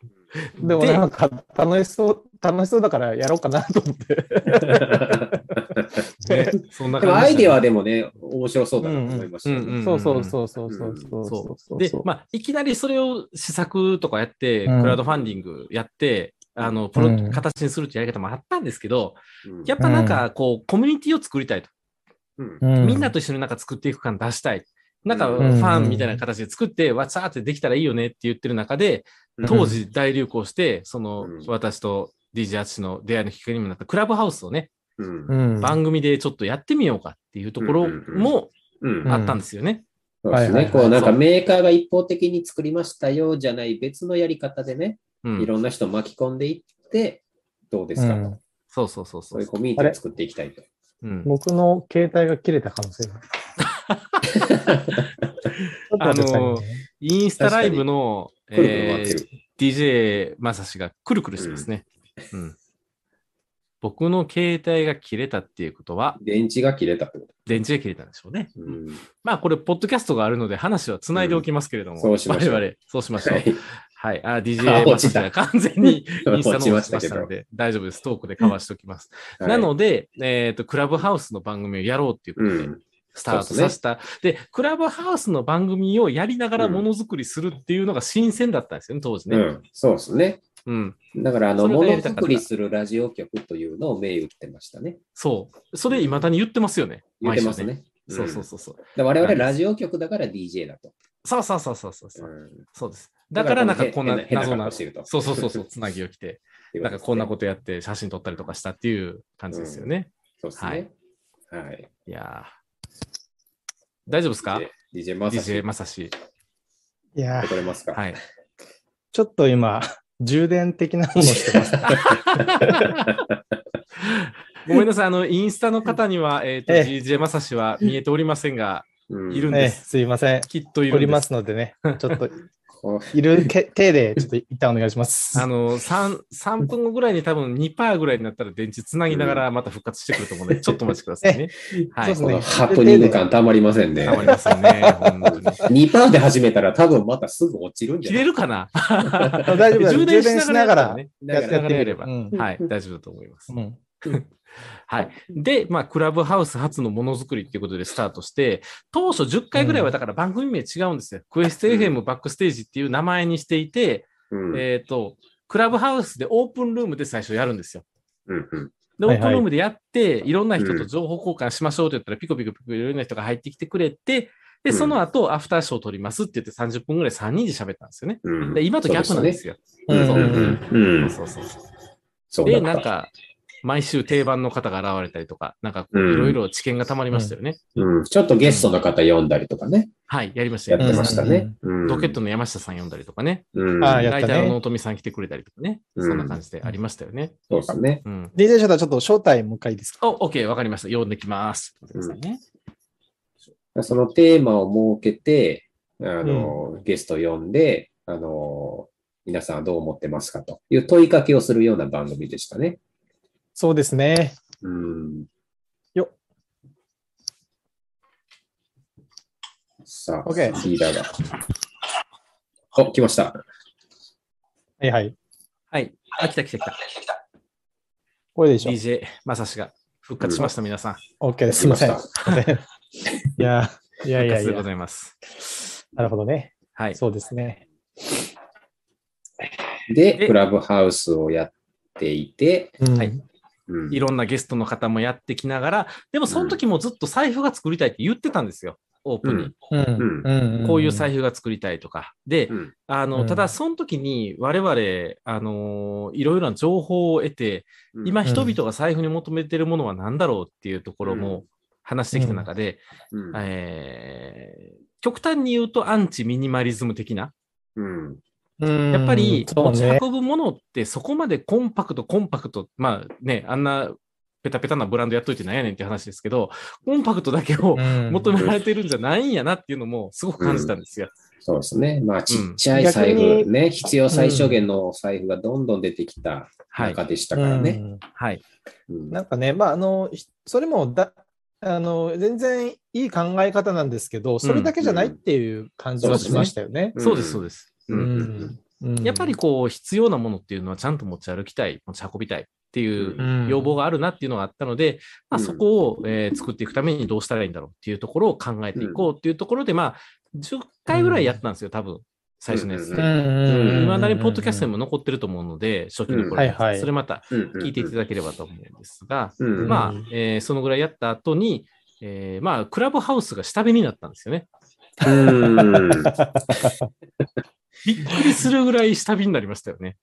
D: でも
B: で
D: なんか楽しそう、楽しそうだからやろうかなと思って。
C: <laughs>
B: ね、そんな
C: で
B: 感
C: も
B: じ。
C: アイデアはでもね、面白そうだなと思いました
B: うんうんうん
C: ね。
D: そうそうそうそうそうそう
B: そ
D: そうう。
B: で、まあ、いきなりそれを試作とかやって、
D: うん
B: クラウドファンディングやって、あのプロ
D: うん
B: 形にするってやり方もあったんですけど、
C: うん
B: やっぱなんかこう、コミュニティを作りたいと。
C: うん
D: うん
B: みんなと一緒になんか作っていく感出したい。なんかフ
C: うん
B: ァンみたいな形で作って、わちゃーってできたらいいよねって言ってる中で、当時大流行して、その
C: うん
B: 私と DJ アツシの出会いのきっかけにもなったクラブハウスをね、
C: うん
D: うん
B: 番組でちょっとやってみようかっていうところも
C: うん
B: あったんですよね。
C: そうです
D: はいはい
C: ね。
D: はい
C: こうなんかメーカーが一方的に作りましたよじゃない別のやり方でね、
B: うん
C: いろんな人巻き込んでいって、どうですか
D: う
C: と
D: ん。
B: そうそうそうそ
C: そういう
B: う。
C: コミュニティを作っていきた
B: <laughs>
C: いと。
B: うん
D: 僕の携帯が切れた可能性が。ちょっと待ってくださいね
B: あのインスタライブの、
C: くるくる回ってる。
B: えー DJ まさしがくるくるしてますね、うん僕の携帯が切れたっていうことは、
C: 電池が切れたってこ
B: 電池が切れたんでしょうね。
C: と。うん
B: まあ、これ、ポッドキャストがあるので、話はつないでおきますけれども、
C: うんそうしましょう
B: 我々、そうしましょう。
C: はい
B: はい。あ、
C: あ
B: DJ ま
C: 落
B: さ
C: ち
B: したが完全にインスタの
C: <laughs> 落ち
B: 方
C: ま
B: が
C: し
B: したま
C: け
B: したの
C: ど。
B: で、大丈夫です。トークでカバーしておきます。
C: はい
B: なので、えっ、と、クラブハウスの番組をやろうっていうこ
C: う
B: とで、
C: ん
B: スタートさせた。でクラブハウスの番組をやりながら
C: うん
B: ものづくりするっていうのが新鮮だったんですよね、当時
C: う
B: ね。
C: ん、そうですね。
B: うん。
C: だから、あの、
B: それ
C: も
B: がや
C: の
B: りたかった
C: づくりするラジオ局というのを銘打ってましたね。
B: そう。それ、未だに言ってますよね。
C: 言っ
B: 毎
C: て
B: 週
C: ます。ね。
B: そうそううんそうそう。
C: で我々ラジオ局だから DJ だと。
B: そうそうそうそうそうそうう。
C: ん
B: そうです。だから、なんかこんな
C: だから
B: 謎
C: 変な変な格
B: な、
C: 好してると
B: そうそうそうそう、つなぎを着て、なんかこんなことやって写真撮ったりとかしたっていう感じですよね。
C: とですね。そうですね。はい。
B: いやー大丈夫ですか
C: DJ マサ
B: ?DJ
C: シ。
B: まさし。
D: いやー、
C: 取れますか
B: はい。
D: ちょっと今、充電的なものをしてます。
B: ごめんなさい。あの、インスタの方には、えっ、と、
D: え
B: DJ まさしは見えておりませんが、
C: うん
B: いるん
D: ええ、
B: です
D: すいません。
B: きっとい
D: お
B: るん
D: り
B: です
D: ますのでね、ちょっと、
C: こう
D: いるけ手で、ちょっと一旦お願いします。
B: あの、3、3分後ぐらいに多分2%ぐらいになったら電池つなぎながらまた復活してくると思うので、ちょっとお待ちください
D: <laughs>
B: ね。は
D: そう
B: い。
D: です
C: こ
D: ね
C: のハプニング感たまりませんね
B: た。まりますよね。本当に
C: 2%で始めたら多分またすぐ落ちるんじ
B: 切
C: ゃな
B: れ
C: い
B: るかな <laughs>
D: 大丈夫だよ充電しながら
B: ね
C: だ
D: や
C: か
D: って
C: ら
D: やってみ
B: れ
D: れ
B: ば
D: ば。うん
B: はい、大丈夫だと思います
D: う。ん
B: はい。で、まあ、クラブハウス初のものづくりっていうことでスタートして、当初10回ぐらいはだから番組名違うんですよ。クエスト FM バックステージっていう名前にしていて、
C: うん
B: えっと、クラブハウスでオープンルームで最初やるんですよ。
C: うんうん
B: で、オ
D: はい
B: ー
D: はい
B: プンルームでやって、いろんな人
C: う
B: と
C: ん
B: 情報交換しましょうって言ったら、ピコピコピコいろんな人が入ってきてくれて、で、
C: うん
B: その後、アフターショーを撮りますって言って30分ぐらい3人で喋ったんですよね。
C: うん
B: で、今と逆なんですよ。
C: そうでしたね。うんうんうんうん
B: そうそうそう。
C: そう
B: で、
C: だ
B: な
C: った
B: んか、毎週定番の方が現れたりとか、なんか、い
C: うん
B: ろいろ知見がたまりましたよね。
C: うんちょっとゲストの方呼んだりとかね、
B: はい、やりました
C: や
B: よ
C: ってましたね。うん
B: ドケットの山下さん呼んだりとかね。
C: うん
D: ああやっ
B: ラ
D: た
B: イ
D: ね
B: ターの納富さん来てくれたりとかね。
C: うん
B: そんな感じでありましたよね。
C: そうですね。
B: うん。
D: DJ ショータちょっと招待もう一回いいですか
B: お、OK、わかりました。読んできます。ちょっと待ってくださいね
C: そのテーマを設けて、あの、ゲスト呼んで、あの、皆さんはどう思ってますかという問いかけをするような番組でしたね。
D: そうですね。
C: うん。
D: よ
C: さあ、
D: OK
C: リーダーが。お、来ました。
D: はいはい。
B: はい。あ、来た来た来た。
D: これでいいでしょ
B: DJ まさしが復活しました、皆さん。
D: ?OK です。すいません。
C: 来
D: すいませんいや、いやい
B: 復
D: や
B: 活
D: い
B: でござ
D: や。
B: います。
D: なるほどね。
B: はい。
D: そうですね。
C: で、
B: で
C: クラブハウスをやっていて、
D: うん
B: はい
C: うん
B: いろんなゲストの方もやってきながら、でもその時もずっと財布が作りたいって言ってたんですよ、オープンに。
D: うん
C: ん
D: うん
B: こういう財布が作りたいとか。で
C: う、ん
B: あ
D: う
B: の、
D: ん
B: ただその時に我々、あのーいろいろな情報を得て、今
D: ん
B: 人々が財布に求めてるものは何だろうっていうところ
C: う
B: も話してきた中で、
C: うん
B: えー極端に言うとアンチミニマリズム的な
C: うん
D: うん
B: やっぱり
D: そ
B: 持
D: う
B: ち
D: ね。
B: 運ぶものってそこまでコンパクト、コンパクト、まあね、あんなペタペタなブランドやっといてなんやねんっていう話ですけど、コンパクトだけを
D: うん
B: 求められてるんじゃないんやなっていうのもすごく感じたんですよ。
C: そうですね。まあ、ちっちゃい財
D: 逆
C: 布、
D: に
C: ね、必要最小限の財布がどんどん出てきた
B: はい。
C: 中でしたからね。
D: うん
B: はい。
C: うん
D: なんかね、まあ、あの、ひそれもだあの、全然いい考え方なんですけど、それだけじゃないっていう感じはしましたよね。
B: そうです、そうです。
C: うん
D: うんうん
B: やっぱりこう、必要なものっていうのはちゃんと持ち歩きたい、持ち運びたいっていう
D: うん
B: 要望があるなっていうのがあったので、まあ、
C: うん
B: そこを、えー作っていくためにどうしたらいいんだろうっていうところを考えていこうっていうところで、まあ、10回ぐらいやったんですよ、多分最初のやつ
C: う
B: で。
C: ん
B: い
D: うんうんうんうん
B: まだにポッドキャストにも残ってると思うので、初期の頃のやつ、
D: うんはいはい
B: それまた聞
C: 聞
B: いていただければと思うんですが、
C: うん
B: まあ
D: うん、。
B: えーそのぐらいやった後に、えーまあ、クラブハウスが下火になったんですよね。
C: うん
B: びっくりするぐらい下火になりましたよね。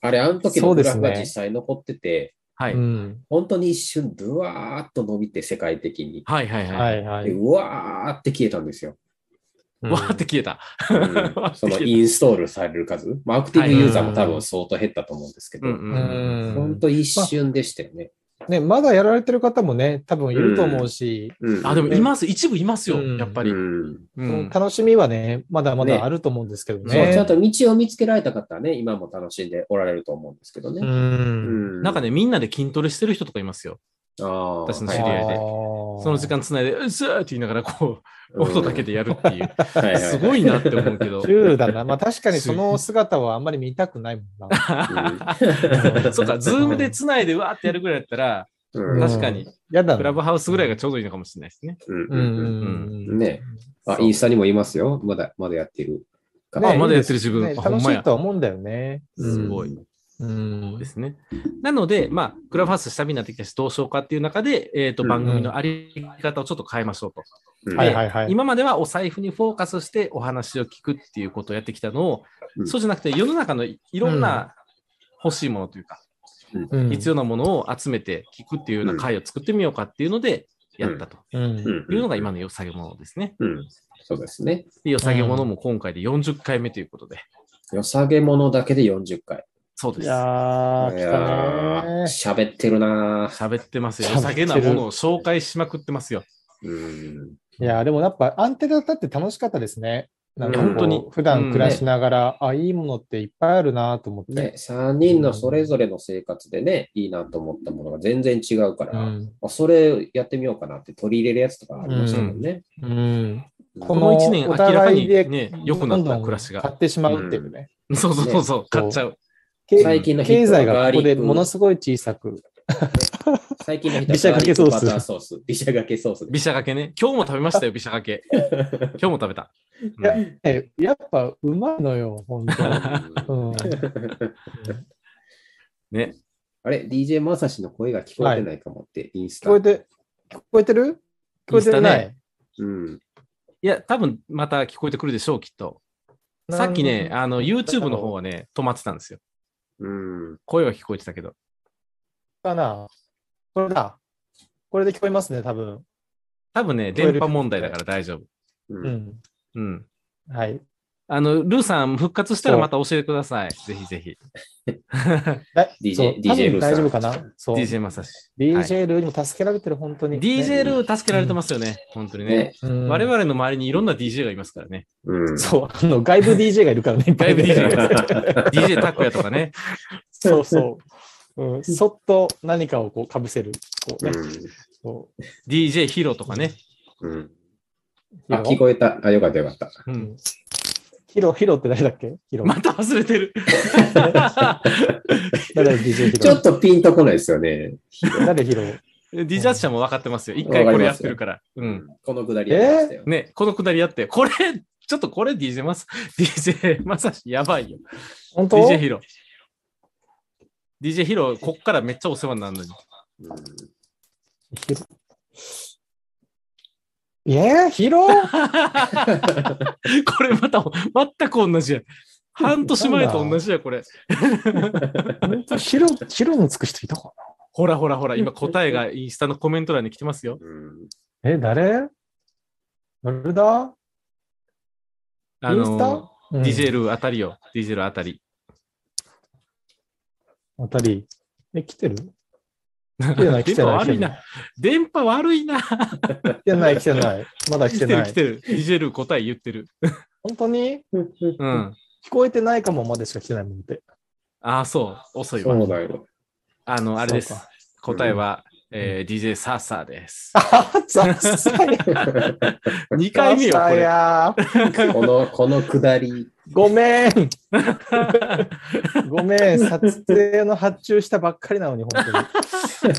C: あれ、あの時のグラフが実際残ってて、
B: はいう
D: ん
C: 本当に一瞬、ブワーっと伸びて、世界的に。
B: はいはいはい。
D: はいは
C: で
D: い。
C: うわーって消えたんですよ。
B: わーって消えた。
C: うんそのインストールされる数、まあ、アクティブユーザーも多分相当減ったと思うんですけど、
B: うんうん
D: うん
C: 本当一瞬でしたよね。
D: ね、まだやられてる方もね、多分いると思うし、
C: うん
B: あ、でもいます、一部いますよ、
D: うん
B: やっぱ
C: う
B: り。
C: ん
B: う
D: そ
B: ん
D: の楽しみはね、まだま
C: ね
D: だあると思うんですけど
C: そう
D: ね。
C: ちゃんと道を見つけられた方はね、今も楽しんでおられると思うんですけど
D: う。
C: ね。うんん
B: なんか、ね、みんなで筋トレしてる人とかいますよ。
C: あー
B: 私の
C: は
B: 知
C: い
B: り合いで
C: はい
B: その時間つないで、うっすーって言いながら、こう、
C: うん
B: 音だけでやるっていう。
C: はいはいは
B: <laughs>
C: い
B: すごいなって思うけど
D: <laughs> シ。ュールだな。まあ確かにその姿はあんまり見たくないもん
B: <laughs>
C: <laughs>
D: な。うん
B: そっか、ズームでつないでわーってやるぐらいだったら、
C: うん
B: 確かに、
D: やだ
B: クラブ
D: な。
B: ハウスぐらいがちょうどいいのかもしれないですね。
C: うんう
D: う
C: んんう
D: う
C: ん
D: んうん。
C: ねあ、
B: そう
C: インスタにもいますよ。まだ、まだやってる方。
D: ね
B: あまだやってる自分
D: ね
B: あほん
D: 楽し
B: まや
D: いとは思うんだよね。うん
B: すごい。
D: うん
B: で。すね。なので、まあ、クラブハウス下火になってきたし、どうしようかっていう中で、えっと、
C: うん
B: 番組のあり方をちょっと変えましょうと。
C: うん
D: はいはいはい。
B: 今まではお財布にフォーカスしてお話を聞くっていうことをやってきたのを、
C: うん
B: そうじゃなくて世の中のいろんな欲しいものというか、
D: うん
B: 必要なものを集めて聞くっていうような会を作ってみようかっていうのでやったと
D: うん
C: うん
B: いうのが今の良さげものですね。
C: うん。そうですね。
B: で良さげものも今回で40回目ということで、
C: 良さげものだけで40回。
B: そうで
D: い
B: す。
D: やー、
C: い
D: 来
C: やー
D: たね。
C: 喋ってるなー
B: 喋ってますよ。
D: 喋
B: 良
D: ってる
B: さげなものを紹介しまくってますよ。
C: うん。
D: いやー、でもやっぱアンテナ立って楽しかったですね。なんかこう
B: 本当に
D: 普段暮らしながら、あ、いいものっていっぱいあるなと思って。
C: ね、3人のそれぞれの生活でね、いいなと思ったものが全然違うか
D: う
C: ら、
D: ん。
C: あそれやってみようかなって取り入れるやつとかありましたもんね。
D: うん。
B: こ
D: こ
B: の
D: の
B: 1
D: 一
B: 年
D: 年
B: 明
D: 明
B: ら
D: ら
B: か
D: か
B: に
D: に
B: ね、良くなっ
D: どん
B: た
D: どん
B: 暮らし
D: 買
B: が。
D: ってしまうっていうね。
B: そうそうそうそう、
D: ね
B: 買っちゃう。
D: け
C: 最近のヒッ
D: 経
C: トは
D: 済
C: ガー
D: がこ
C: リ
D: こで
C: ック
D: ものすごい小さく。
C: 最近の人は
D: びしゃかけソース
C: ガリックバターソース。ビシャがけソースで
B: ビシャがけね。今日も食べましたよ、ビシャが
D: <laughs>
B: け。今日も食べた。うん
D: いやえやっぱうまいのよ、本
B: <laughs>
D: 当。うん。
B: ね。
C: あれ、DJ まさしの声が聞こえてないかもって、インス
D: 聞
C: タ。
D: こえて、聞こえてる聞こえて
B: インスタね
D: ない、
C: うん。
B: いや、多分また聞こえてくるでしょう、きっと。さっきね、あの、YouTube の方はね、止まってたんですよ。
C: うん。
B: 声は聞こえてたけど。
D: かなこれだ。これで聞こえますね、多分。
B: 多分ね、
D: 聞こえる
B: 電波問題だから大丈夫。
C: う。
D: うんん。
B: うん。
D: はい。
B: あの、ルーさん、復活したらまた教えてください。ぜひぜひ。
D: だ
C: DJ
D: そう多
C: DJ ルー
D: 分
C: さん
D: 大丈夫かなそう。
B: DJ まさし。はい
D: DJ ルーにも助けられてる、本当に。
B: DJ ルー助けられてますよね。本当にね
C: ね。。
D: うん
B: 我々の周りにいろんな DJ がいますからね。
C: うん。
D: そう、あの、外部 DJ がいるからね、いっぱいね
B: 外部 DJ が DJ タクヤとか
D: <laughs>
B: ね。
D: そうそう。うん、そっと何かをこうかぶせる。こうね、こ
B: DJ ヒロとかね。
C: うん。うん。
D: う
C: あ、聞こえた。あ、よかったよかった。
B: うん。
D: ヒロ、ヒロって誰だっけヒロ。
B: また忘れて
D: <laughs>
B: る。
D: 誰 DJ ヒロ
C: ちょっとピンとこないですよね。
D: 誰ヒロ
B: ディジャッシャも分かってますよ。一回これやってるから。うん。
C: このくだりやりましたよ。
B: ね、このくだりやって、これ、ちょっとこれ DJ <laughs> マス、DJ まさし、やばいよ。
D: 本当
B: DJ ヒロ。DJ ヒロ、こっからめっちゃお世話にな
D: <laughs>
B: るのに。
D: ヒロ。えー、ヒロ
B: これまた、全く同じや。半年前と同じや、これ。
D: 本当ヒロ、ヒロのつく人いたか
B: ほらほらほら、今答えがインスタのコメント欄に来てますよ。
C: うん。
D: なえ、誰誰だ
B: あ
D: インスタ
B: の、
D: うん、
B: DJ ルーあたりよ。DJ ルーあたり。
D: あたり。え、来てる来てない、来
B: 電
D: て
B: 波
D: ない。
B: 悪
D: 来て
B: い
D: ない
B: な。電波悪いな。
D: 来てない、来
B: <laughs>
D: てない。まだ来
B: 来
D: て
B: てる
D: な
B: 来
D: い。
B: てる。DJ ルー答え言ってる。
D: 本当に
B: うん。
D: 聞こえてないかもまでしか来てないもんで。
B: ああ、そう。遅いわ
C: そ。うだよ。
B: あの、あれです
D: そうか。 <laughs>
B: 答えは、えー DJ サーサーです。
D: あ、雑さや。
B: 2回目よ、これ。
C: この、このくだり、
D: ごめん。ごめん。撮影の発注したばっかりなのに、本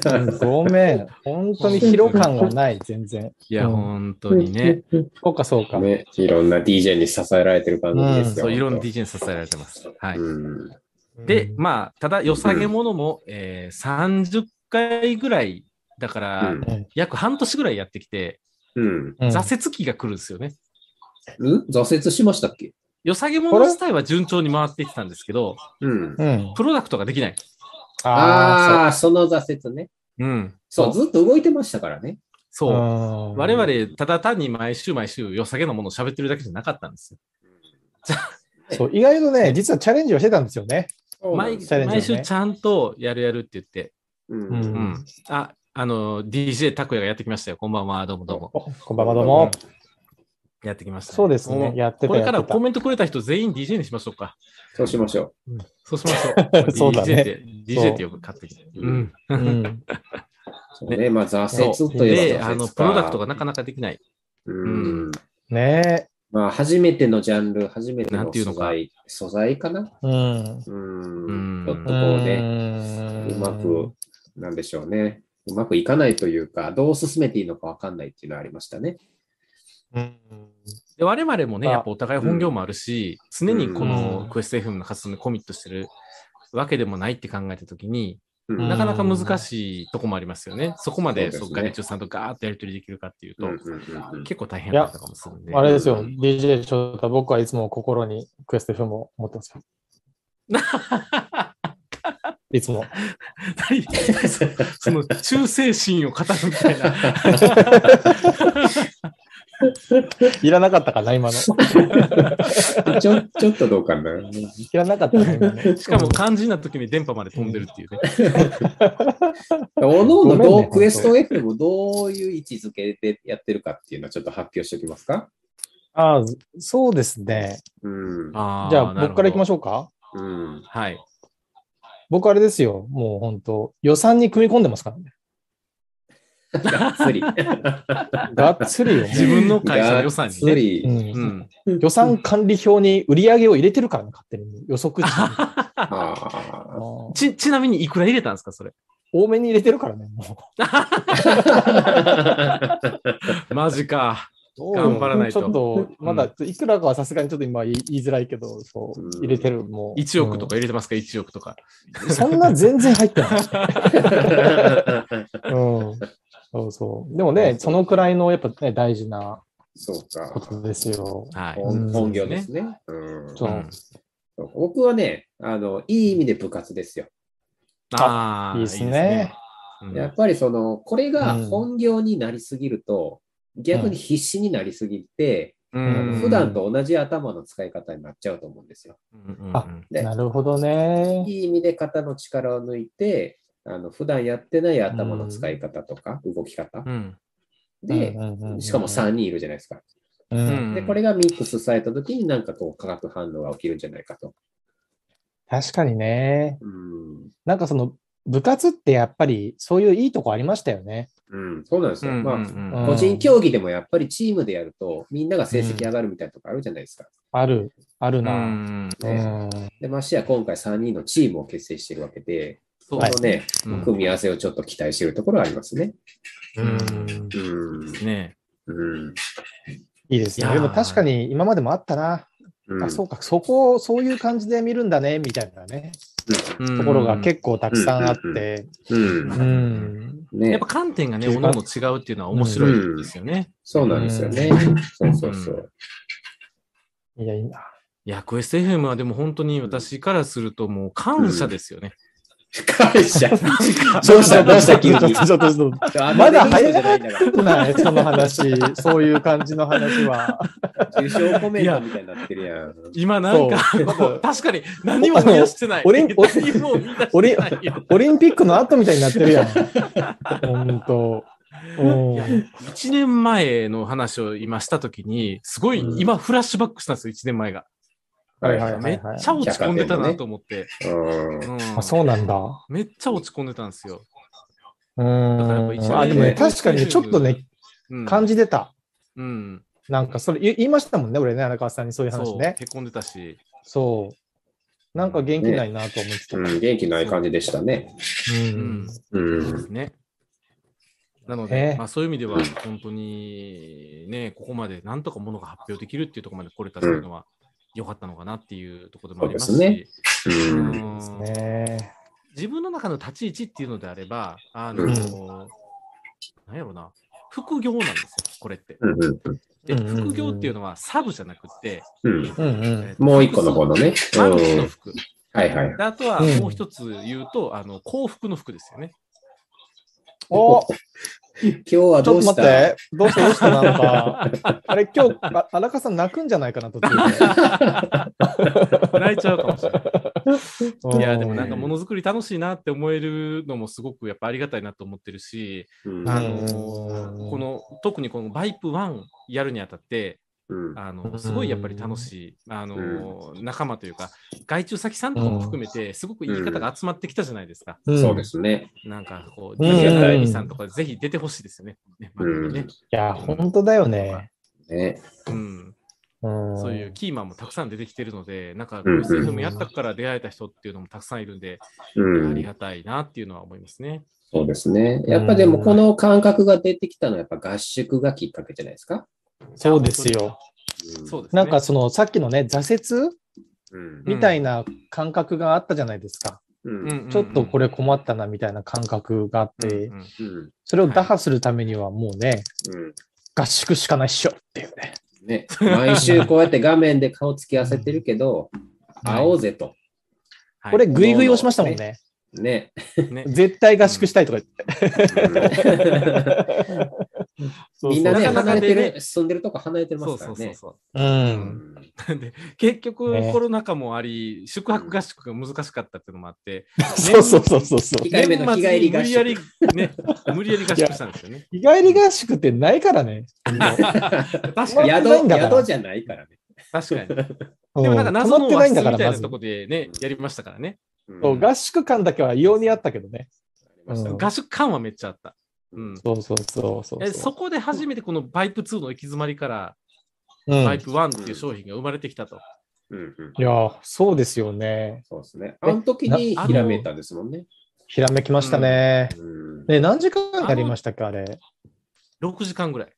D: 当に。ごめん。本当に疲労感がない、全然。
B: いや、本当にね。
D: そうか、そうか。
C: ね、いろんな DJ に支えられてる感じですよ。
B: そう、いろんな DJ に支えられてます。はい。
C: うん
B: で、まあ、ただ、良さげものも、えー30回ぐらい、だから、
C: うん
B: 約半年ぐらいやってきて、
C: うん。
D: うん
B: 挫折期が来るんですよね。
C: うん挫折しましたっけ
B: 良さげもの自体は順調に回ってきたんですけど、
C: うん。
D: うん。
B: プロダクトができない。
D: あ
C: ああー、その挫折ね。
B: うん。
C: そう、ずっと動いてましたからね。
D: ー、
B: そう。
D: うん
B: 我、々、ただ単に毎週毎週、良さげなものを喋ってるだけじゃなかったんですよ。
D: そう意外とね、実はチャレンジをしてたんですよね。
B: 毎
D: チャレンジをね
B: 毎週ちゃんとやるやるって言って、
C: う。
D: うん。
B: うんん。あ、あの、DJ 拓也がやってきましたよ。こんばんは、どうもどうも。
D: おこんばんは、どうも。
B: やってきました、
D: そうですね
B: も。う
D: やってた。
B: これから
D: やってた。
B: コメントくれた人全員 DJ にしましょうか。
C: そうしましょ
B: そうしましょう
D: <laughs> そうだね
B: DJ って、DJ ってよく買ってきて。
C: う
B: うん。
D: うん
C: う。そうね、まあ挫
B: そ
C: 折
B: う。
C: といえ
B: で、
C: ば挫折か。
B: あの、プロダクトがなかなかできない。
C: うん。
D: ね
C: まあ、初めてのジャンル、初めて
B: な
C: の
B: んていう
C: 素
B: のか
C: 材、素材かな
D: え。うん。
C: うん
B: ん。
C: ちょっとこうね、
D: ん
C: うまく、なんでしょうね。うまくいかないというか、どう進めていいのかわかんないっていうのはありましたね。
D: うん
B: で我々もね、
D: あ
B: やっぱお互い本業もあるし、常にこ
D: う
B: の
D: ん
B: クエスト FM の活動にコミットしてるわけでもないって考えたときに、
C: うん
B: なかなか難しいとこもありますよね。そこまで、
C: そうですね
B: そう、外注さんとガーッとやり取りできるかっていうと、
C: うんうんうん <laughs> うん
B: 結構大変だったかもするんで。
D: あれですよ、DJ 翔太、僕はいつも心にクエスト FM を持ってますよ。
C: <laughs>
D: いつも。
B: <laughs> 何そその忠誠心を語るみたいな。
C: <laughs>
D: いらなかったかな、今の。
C: ちょちょっとどうかな。
D: いらなかったな、今
C: <laughs>
D: の。
B: しかも肝心な時に電波まで飛んでるっていうね。
C: <laughs> おのおの
D: ごめんね
C: ど
D: 本
C: う、
D: 当
C: クエスト F をどういう位置づけでやってるかっていうのはちょっと発表しておきますか。
D: ああ、そうですね。
C: うん。
B: あ
D: じゃあ、僕から行きま
B: しょ
D: しょうか。
C: うん。
B: う。はい。
D: 僕、あれですよ。もう本当、予算に組み込んでますからね。
C: がっつり。
D: がっつりよ。
B: <laughs> 自分の会社の予算に
C: がっつ
B: ね。
C: り
D: うん
B: うん。
D: 予算管理表に売り上げを入れてるからね、勝手に予測
B: <laughs>
D: 値に
C: あ
D: あー
B: ち、ちなみにいくら入れたんですか、それ。
D: 多めに入れてるからね、も
C: あ。
B: マジか。
D: う。
B: <laughs> 頑張らないと
D: ちょっと、まだ、いくらかはさすがにちょっと今言い言いづらいけど、そう、入れてる、もう。
B: 1億とか入れてますか、1億とか。
D: うん。そんな全然入ってない。うん。そうそう。でもね、そのくらいの、やっぱね、大事な
C: そう
D: こ
C: か。
D: とですよ。
B: はい。
C: 本本業ですね。うん
D: そう
B: うん
C: そう僕はね、あの、いい意味で部活ですよ。
B: ああ、
D: いいですね。
B: うん
C: やっぱりその、これが本業になりすぎると、逆に必死になりすぎて、
B: うん
C: 普段と同じ頭の使い方になっちゃうと思うんですよ。
B: うんうん
D: あ
B: うん
C: ね
D: なるほどね。
C: いい意味で肩の力を抜いて、あの普段やってない頭の使い方とか、動き方
B: う。ん
C: で、
D: うん
C: しかも3人いるじゃないですか。
D: う。
B: うんん
C: で、これがミックスされた時になんかこう化学反応が起きるんじゃないかと。
D: 確かにね。
C: うん。
D: なんかその、部活ってやっぱりそういういいとこありましたよね。
C: うん、そうなんです
B: う
C: よ。
B: ん
C: まあ、
B: うん
D: うん
C: 個人競技でもやっぱりチームでやると、みんなが成績上がるみたいなとこあるじゃないですか。
D: ある、ある
B: う
D: な。
B: ん
C: ね
D: うん
C: で、ましてや今回3人のチームを結成しているわけで、
B: そう
D: は
C: こ
D: い
C: のね、
B: うん
C: 組み合わせをちょっと期待しているところはありますね。
D: うん
C: うん。
B: ね
C: うん。
D: いいです
B: い
D: ね。
B: やー
D: でも確かに今までもあったな。
C: うん
D: あ、そうか、そこをそういう感じで見るんだね、みたいなね。
B: うん
D: ところが結構たくさんあって。
C: うん
B: う
D: うんん。
B: う
D: うんん
C: ね、
B: やっぱ観点がね、おのおの違うっていうのは面白いですよね。
C: そうなんですよね。そうそうそう。
D: いや、いいな。
B: いや、クエスト FM はでも本当に私からするともう感謝ですよね。
C: 感謝。
D: ど
C: どうしたどうした急に
D: ちょっと、ちょっと、ちょっと。
C: ま
D: だ早い
C: ないんだから。
D: ない、その話、そういう感じの話は。
C: 受賞コメントみたいになってるやん。
B: 今なんか、
D: そう
B: こう確かに何も見出してない。
D: オリン
B: <laughs> 何も見出してない
D: オリン
B: よ
D: オリンピックの後みたいになってるやん。本当。うん
B: いや一年前の話を今したときに、すごい
D: うん
B: 今フラッシュバックしたんですよ、一年前が。
D: はいはい
B: めっちゃ落ち込んでたなと思って。
C: うん
B: うん
D: あそうなんだ。
B: めっちゃ落ち込んでたんですよ。
D: う
B: だからやっぱ
D: ー
B: 一
D: ん。
B: 年
D: あ、でもね、確かにね、
B: YouTube
D: ちょっとね、
B: うん
D: 感じてた。
B: うん。
D: なんか、それ言い言いましたもんね、俺ね、荒川さんにそういう話
B: そう、
D: ね。
B: へこんでたし。
D: そう。なんか元気ないなと思ってた。
C: うん、元気ない感じでしたね。
B: う
D: うん
B: ん。
C: う
B: そうで
C: ん。
B: すね。なの
D: え
B: で
D: え、
B: まあ、そういう意味では、本当にね、ここまでなんとかものが発表できるっていうところまで来れたっていうのは、良かったのかなっていうところでもあります
C: そう
B: し
C: で、う
B: うん
C: ん。
D: ね
B: 自分の中の立ち位置っていうのであれば、あの、
C: うん
B: なんやろな、副業なんですよ、これって。
C: うん。うん
B: で、
D: うんうんうん
B: 副業っていうのはサブじゃなくって、
C: うん。
D: うんうん。
B: えーと
C: もう一個の方の。ね。
B: マルチの服。
C: うん。はいはい。
B: であとは
D: うん
B: もう一つ言うと、あの幸福の服ですよね。
D: お
C: 今日は
D: ちょ
C: どう
D: っと
C: し
D: 待ったて。どうしたどうしたなん <laughs> か。あれ、今日、あ荒川さん泣くんじゃないかな、途中
B: 泣いちゃうかもしれない。
D: で。
B: いや、でもなんか
D: う
B: ものづくり楽しいなって思えるのもすごくやっぱありがたいなと思ってるし、
C: うん
B: あ
D: う
B: の
D: ん
B: この特にこのバイプ1やるにあたって、
C: うん
B: あ
D: う
B: の
D: ん
B: すごいやっぱり楽しい、あの仲間というか、外注先さんとかも含めて、すごくいい方が集まってきたじゃないですか。
D: ん
C: そうですね。
B: なんかこう、
D: うん
B: ジェリーさんとかぜひ出てほしいですよね。ね番組ね
D: いや、本当だよね。
C: ね。
B: うん
D: そ
B: そういう。キーマンもたくさん出てきてるので、なんか、
C: うん
B: SF もやったから出会えた人っていうのもたくさんいるんで、
C: う
B: あり
C: ん。
B: がたいなっていうのは思いますね。
C: そうですね。やっぱでもこの感覚が出てきたのはやっぱ合宿がきっかけじゃないですか。
D: そうですよ。
B: そうですね。
D: なんか、その、さっきのね、挫折
C: うん。
D: みたいな感覚があったじゃないですか。
C: うん。うん。
D: ちょっとこ
B: れ
D: れ困ったなみたいな感覚があって、
C: うん。
D: それを打破するためにはもうね、
C: うん。
D: 合宿しかないっしょっていうね。
C: ね。毎週こうやって画面で顔つき合わせてるけど、会おうぜと。
D: これ、
B: ね
D: ぐいぐい押しましたもんね。
C: ね。
D: 絶対合宿したいとか言って。。
C: みんなね、
B: そうそう
C: 離れて
B: なかなか
C: る、住んでるとこ離れてま
B: そう
C: すか
B: そ
C: ら
B: うそう
C: ね。
B: そう
C: うんん
B: で結局、
D: ね
B: コロナ禍もあり、宿泊合宿が難しかったっていうのもあって、
D: <laughs> そうそうそうそうそう。
C: 二回目の日帰り合宿
B: 年末に無理やり、ね、無理やり合宿したんですよね。
D: 日帰り合宿ってないか
B: <laughs>
D: らね。
B: 確かに、
D: まあ
C: 宿、
D: ないんだから
C: 宿じゃないからね。
B: 確かに。で
D: で
B: もなんか謎
D: 止ま
B: の
D: って
B: 和
D: ない
B: 室
D: んだ
B: み
D: から、
B: たい
D: ま
B: な
D: ず。
B: とこでね、やりましたからね。
D: そう合宿感だけは異様にあったけどね。うん
B: 合宿感はめっちゃあった。うん。
D: そうそうそうそう。
B: えそこで初めてこのバイプ2の行き詰まりから、
D: うん
B: バイプ1っていう商品が生まれてきたと。
C: うんうん
D: いや、そうですよね。
C: そうですね。あの時にひらめいたんですもんね。
D: ひらめきましたね。
C: うん
D: ね、何時間かかりましたっけ、あれ。
B: 6時間ぐらい。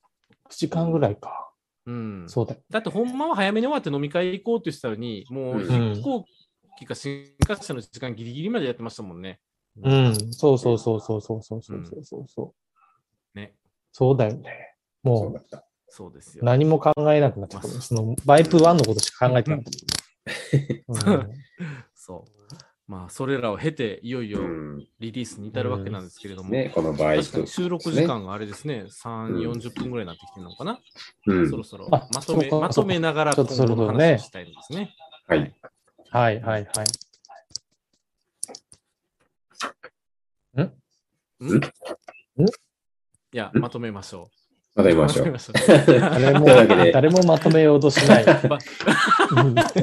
D: 9時間ぐらいか。
B: うん、
D: そうだよ。
B: だって、ほんまは早めに終わって飲み会行こうって言ってたのに、もう
D: うん
B: 飛行機か新幹線の時間ギリギリまでやってましたもんね。
D: うん。そうそうそうそうそうそうそうそうそうそう。
B: ね、
D: そうだよね。
C: そう
D: も
C: だった。
B: そうです
D: う
B: よ。
D: 何も考えなくなっちゃった。そのバイプ1のことしか考えてなかった。
B: うんそう。まあ、それらを経て、いよいよ
C: うん
B: リリースに至るわけなんですけれども、
C: ね、この場合、
B: 確かに収録時間があれですね、3、
C: うん
B: 40分ぐらいになってきてるのかな。
C: うん
B: そろそろ
D: あ
B: まとめ
D: そうか
B: まとめながら
D: ちょ
B: 今
D: っとそろ
B: 後
D: そ
B: の
D: ろね
B: 話をしたいんですね。
C: はい。
D: はいはいはい。
B: いや、
C: ん
B: まとめましょ
C: また
B: う。
C: 見まし
B: <laughs> まと
C: ょ
B: め
C: う。
B: ましょ
D: 誰も、
C: というわけで
D: 誰もまとめようとし
C: <laughs>
D: ない。
B: うば
D: うん
B: ちょっと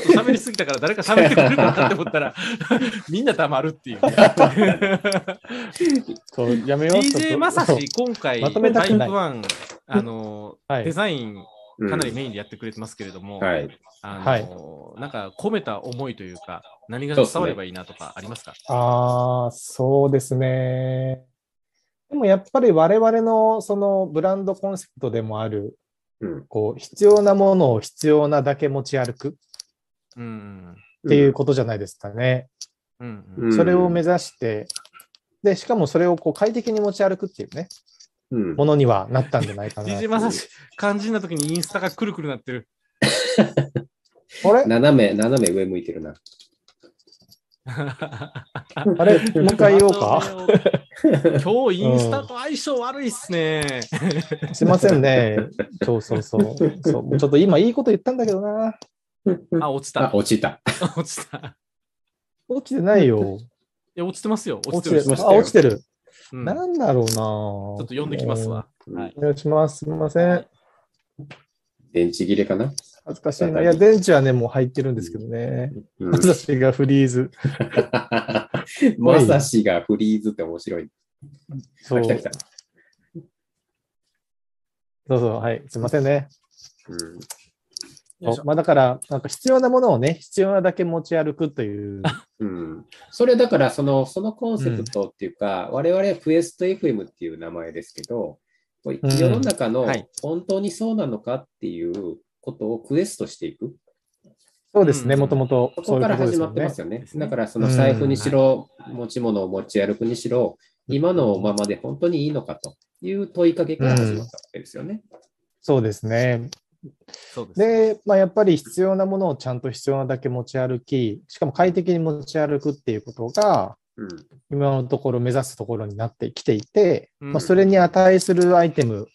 B: 喋りすぎたから誰か喋ってくれるかなって思ったら <laughs> みんな黙るっていう。
D: そう、やめよう。ちょっ
B: DJ
D: と
B: まさ
D: そう
B: し今回
D: まとめた
B: タイ
D: く
B: プ
D: ない
B: 1あの
D: はい
B: デザイン
C: うん
B: かなりメインでやってくれてますけれども、
C: はい。
B: あの
D: は
B: なんか込めた思いというか何が
C: そ
B: 伝
C: うっすね
B: わればいいなとかありますか？
D: ああ、そうですね。でもやっぱり我々のそのブランドコンセプトでもある、
C: うん
D: こう、必要なものを必要なだけ持ち歩くっ
B: うん
D: ていうことじゃないですかね。
B: うんうんう
C: うんん
D: それを目指して、で、しかもそれをこう快適に持ち歩くっていうね、
C: うん
D: ものにはなったんじゃないかな。
B: DJ まさし肝心な時にインスタがくるくるなってる。
D: あれ
C: 斜め、斜め上向いてるな。
D: あれもう一回言おうか。
B: か。 <laughs> 今日インスタと相性悪いっすね。
D: すいませんね。 <laughs> そうそうそう。そうもうちょっと今いいこと言ったんだけどな。
B: あ、落ち
C: あ
B: た、。
C: 落ちた。
B: <laughs> 落ちた。い
D: 落ちてないよ。
B: や、落ちてますよ。落
D: 落
B: ち
D: ち
B: て
D: て
B: る。
C: ま
D: る。
C: し
D: あ、
C: たよ
D: 落ちてる。
B: うんちょっ
D: なんだろうな。ち
B: と読んできますわ。。はい
D: お願いします。すみません。
C: 電池切れかな
D: 恥ずかしいな。いや、電池はね、もう入ってるんですけどね。
C: うん <laughs>
D: 私がフリーズ。
C: まさしがフリーズって面白い。
D: そう
C: あ来た来た。
D: そうそう、はい、すいませんね。
C: うん
B: よいしょ
D: まあだから、なんか必要なものをね、必要なだけ持ち歩くという。
C: うん、それだからその、そのコンセプトっていうか、我々はクエスト FM っていう名前ですけど、こう
D: うん
C: 世の中の
B: はい
C: 本当にそうなのかっていうことをクエストしていく、
D: そうですね、
B: うん
D: もともと
C: そ
D: そう
C: こ
D: いう
C: か
D: こ
C: ら
D: とで
C: 始
D: す
C: ま
D: よ
C: ってま
D: ね
C: す。よね。
B: そういうことですよね
C: だからその財布にしろ、持ち物を持ち歩くにしろ、今のままで本当にいいのかという問いかけから始まったわけですよね。
D: そうですね。
B: そうですね。
D: で、まあ、やっぱり必要なものをちゃんと必要なだけ持ち歩き、しかも快適に持ち歩くっていうことが、
C: うん
D: 今のところ目指すところになってきていて、
B: うん
D: まあ、それに値するアイテム、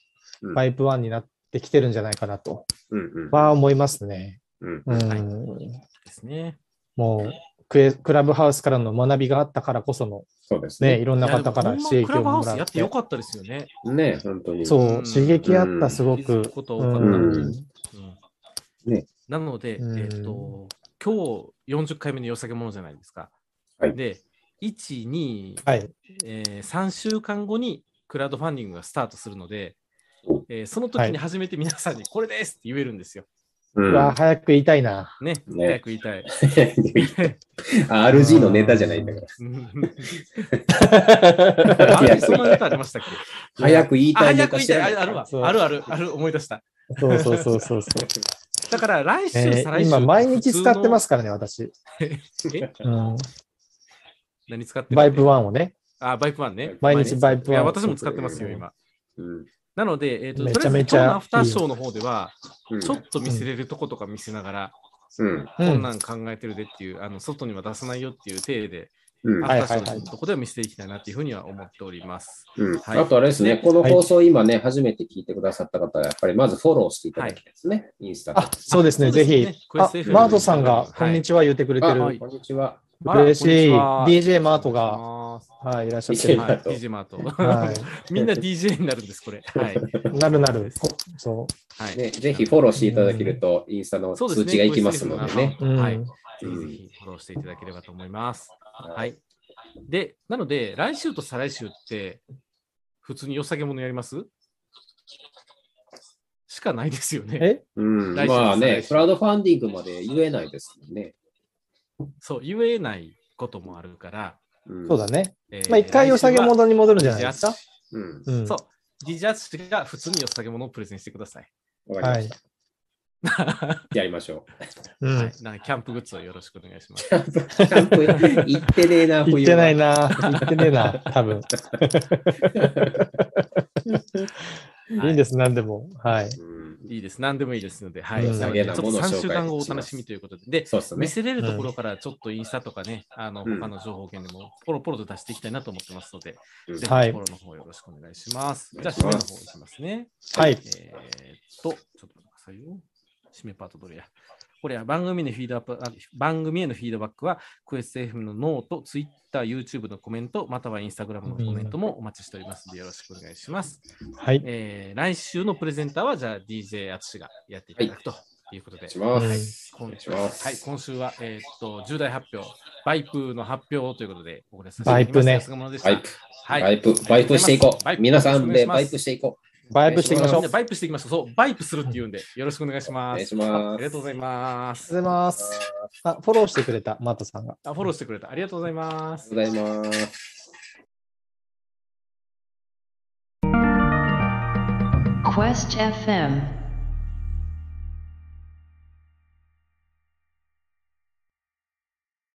C: うん
D: タイプ1になってきてるんじゃないかなと
C: うんうん
D: は思いますね。
C: うん
D: うん
B: はいですね。
D: もうクエクラブハウスからの学びがあったからこその、
C: そうです
D: ね、い
C: ね。
D: ろんない
B: やで
D: 方
B: も
D: から
B: ほんま
D: 刺激
B: クラ
D: を
B: ブハウ
D: も
B: ス
D: ら
B: や
D: っ
B: ってよ
D: て、
B: かったですよね。、
C: ね、本当に。
D: そううん刺激あった、すご
B: 気づ
D: く。
B: くこと
D: う
B: 多かった
C: ん
D: ん
B: うん
C: ね
B: なので、え
D: うん
B: っと、今日40回目の良さげものじゃないですか。
C: はい
B: で、1、2、
D: はい。
B: えー3週間後にクラウドファンディングがスタートするので
C: お、
B: えーその時に初めて皆さんにこれですって言えるんですよ。
C: う
D: うん
C: <laughs>
D: わ、早く言いたいな。
B: ね、早
C: ね
B: く言い
C: <laughs>
B: たい。
C: RG のネタじゃないんだから。
B: <laughs> あ
C: 早
B: れ
C: く
B: そんな
C: 言い
B: ネ
C: た
B: タあ
C: い。
B: りましたっけ
C: 早く言い
B: あ
C: たい
B: 早
C: ネ
B: く
C: タ
B: 言い
C: 知ら
B: た。
C: ないい
B: ああるわ。
D: そう
B: あるある。ある思い出した。
D: そうそうそうそうそう。
B: だから来週、
D: え
B: 再
D: ー
B: 来週。。
D: 今、毎日使ってますすからね、私。
B: <laughs> え
D: うん、
B: 何使ってる
D: バイプ1をね。
B: あ、バイプワンね。
C: 毎
D: 日バイプ
B: い
D: ワ
B: や、
D: ン
B: 私も使ってますよ、今。
C: うん
B: なので、えっと、と
D: め
B: りあえず今
D: ちゃめち
B: 日
D: ゃ
B: のアフターショーの方では、
C: うん
B: ちょっと見せれるとことか見せながら、
C: うん
D: うん
B: こんなん考えてるでっていう、あの外には出さないよっていう体で、
C: うん
B: ア
D: はい
B: フターショーのとこでは見せていきたいなっていうふうには思っております。
C: うん
B: はい
C: あとあれですね、この放送今ね、初めて聞いてくださった方は、やっぱりまずフォローしていただきたいですね、インスタで
D: あ、そうですね、
B: そうで
D: ぜ
B: すね
D: ひ。あ
B: クエスト、FM
D: マートさんが、こんにちは言ってくれて
C: あ
D: る。
B: はい
C: こんにちは。
D: 嬉しい。
B: あらこんにちは
D: DJ マートが、
B: は
D: はい、いらっしゃっ
C: DJ
D: て
B: い
D: る。
B: DJ マート。
D: は
B: <laughs> みんな DJ になるんです、これ。はい。
D: い、な
B: <laughs>
D: るなる。こそ
B: はい
C: ね、ぜひフォローしていただけると、インスタの
B: そうです
C: 通
B: ね。
C: 知がいきますのでね。
D: う。うん、
B: はい。ぜひ
C: うん
B: ぜひフォローしていただければと思います。はい。で、なので、来週と再来週って、普通に良さげものやりますしかないですよね。
D: え
C: うん、
B: 来週です
C: まあ
B: 来
C: ね
B: 週、
C: クラウドファンディングまで言えないですもんね。
B: そう、言えないこともあるから。
C: うん
D: そうだ。ね。
B: えー
D: まあ、一回良さげものに戻るんじゃない
B: 来
D: で
B: 週
D: すか
B: は。
C: うん、
D: うん、
B: そう。ジジャッジが普通に良さげものをプレゼンしてください。
C: わか
D: は
C: りまし。
D: い
C: た。やりましょ
D: う
B: は
D: ん
B: い。。なんかキャンプグッズをよろしくお願いし
C: <laughs>
B: ます。
C: う。キャンプ行ってね
B: <laughs>
C: えな、冬は
D: 言ってない。な。言ってねえな。多分。いいんです、何でも。はい。
C: うん
B: いいです。何でもいいですので、はい。
D: 良さ
C: げなものを紹介します
B: 3週間後お楽しみということで。で、
C: そうっす
B: 見
C: ね。
B: せれるところからちょっとインスタとかね、あの
C: うん
B: 他の情報源でもポロポロと出していきたいなと思ってますので、
C: うん
B: ぜひフ
D: はい
B: ォローの方よろしくお願いします。
C: お
B: じゃあ、
C: 願いし
B: 締め
C: ます
B: の方いきますね。
D: はい
B: え。ーっと、ちょっと待ってくださいよ。締めパートどれやこれは番組のフィードアップあ番組へのフィードバックは、クエスト FM のノート、ツイッター、YouTube のコメント、またはインスタグラムのコメントもお待ちしておりますので、よろしくお願いします。
D: はい。
B: えー来週のプレゼンターは、じゃあ DJ 淳がやっていただくということで、
C: お願いしま
D: は
C: す
D: い
B: 今
C: 願いします
B: はい、今週は、えーっと、重大発表、バイプの発表ということで、お送りさせ
D: バ
B: てい
D: イ
B: ただ
D: プ
B: き
D: ね
B: ます安鴨でした
C: バイプ
B: はい。
C: バイプ、バイプしていこ
B: バイ
C: う。
B: プ
C: 皆さんで
B: お願
C: バ
B: いします
C: イプしていこ
D: バイプしていきましょう。
B: みんなバイプしていきましょう。そう、バイプするって言うんで、よろしくお願いし
C: う。お
B: ま
C: 願い
B: す。
C: します。
B: ありがとうございま
D: あ
B: す。
D: りがとうございます。あ、フォローしてくれた、マートさんが。
B: あ、フォローしてくれた。ありがとうございます。
C: ありがとうございます。
A: Quest FM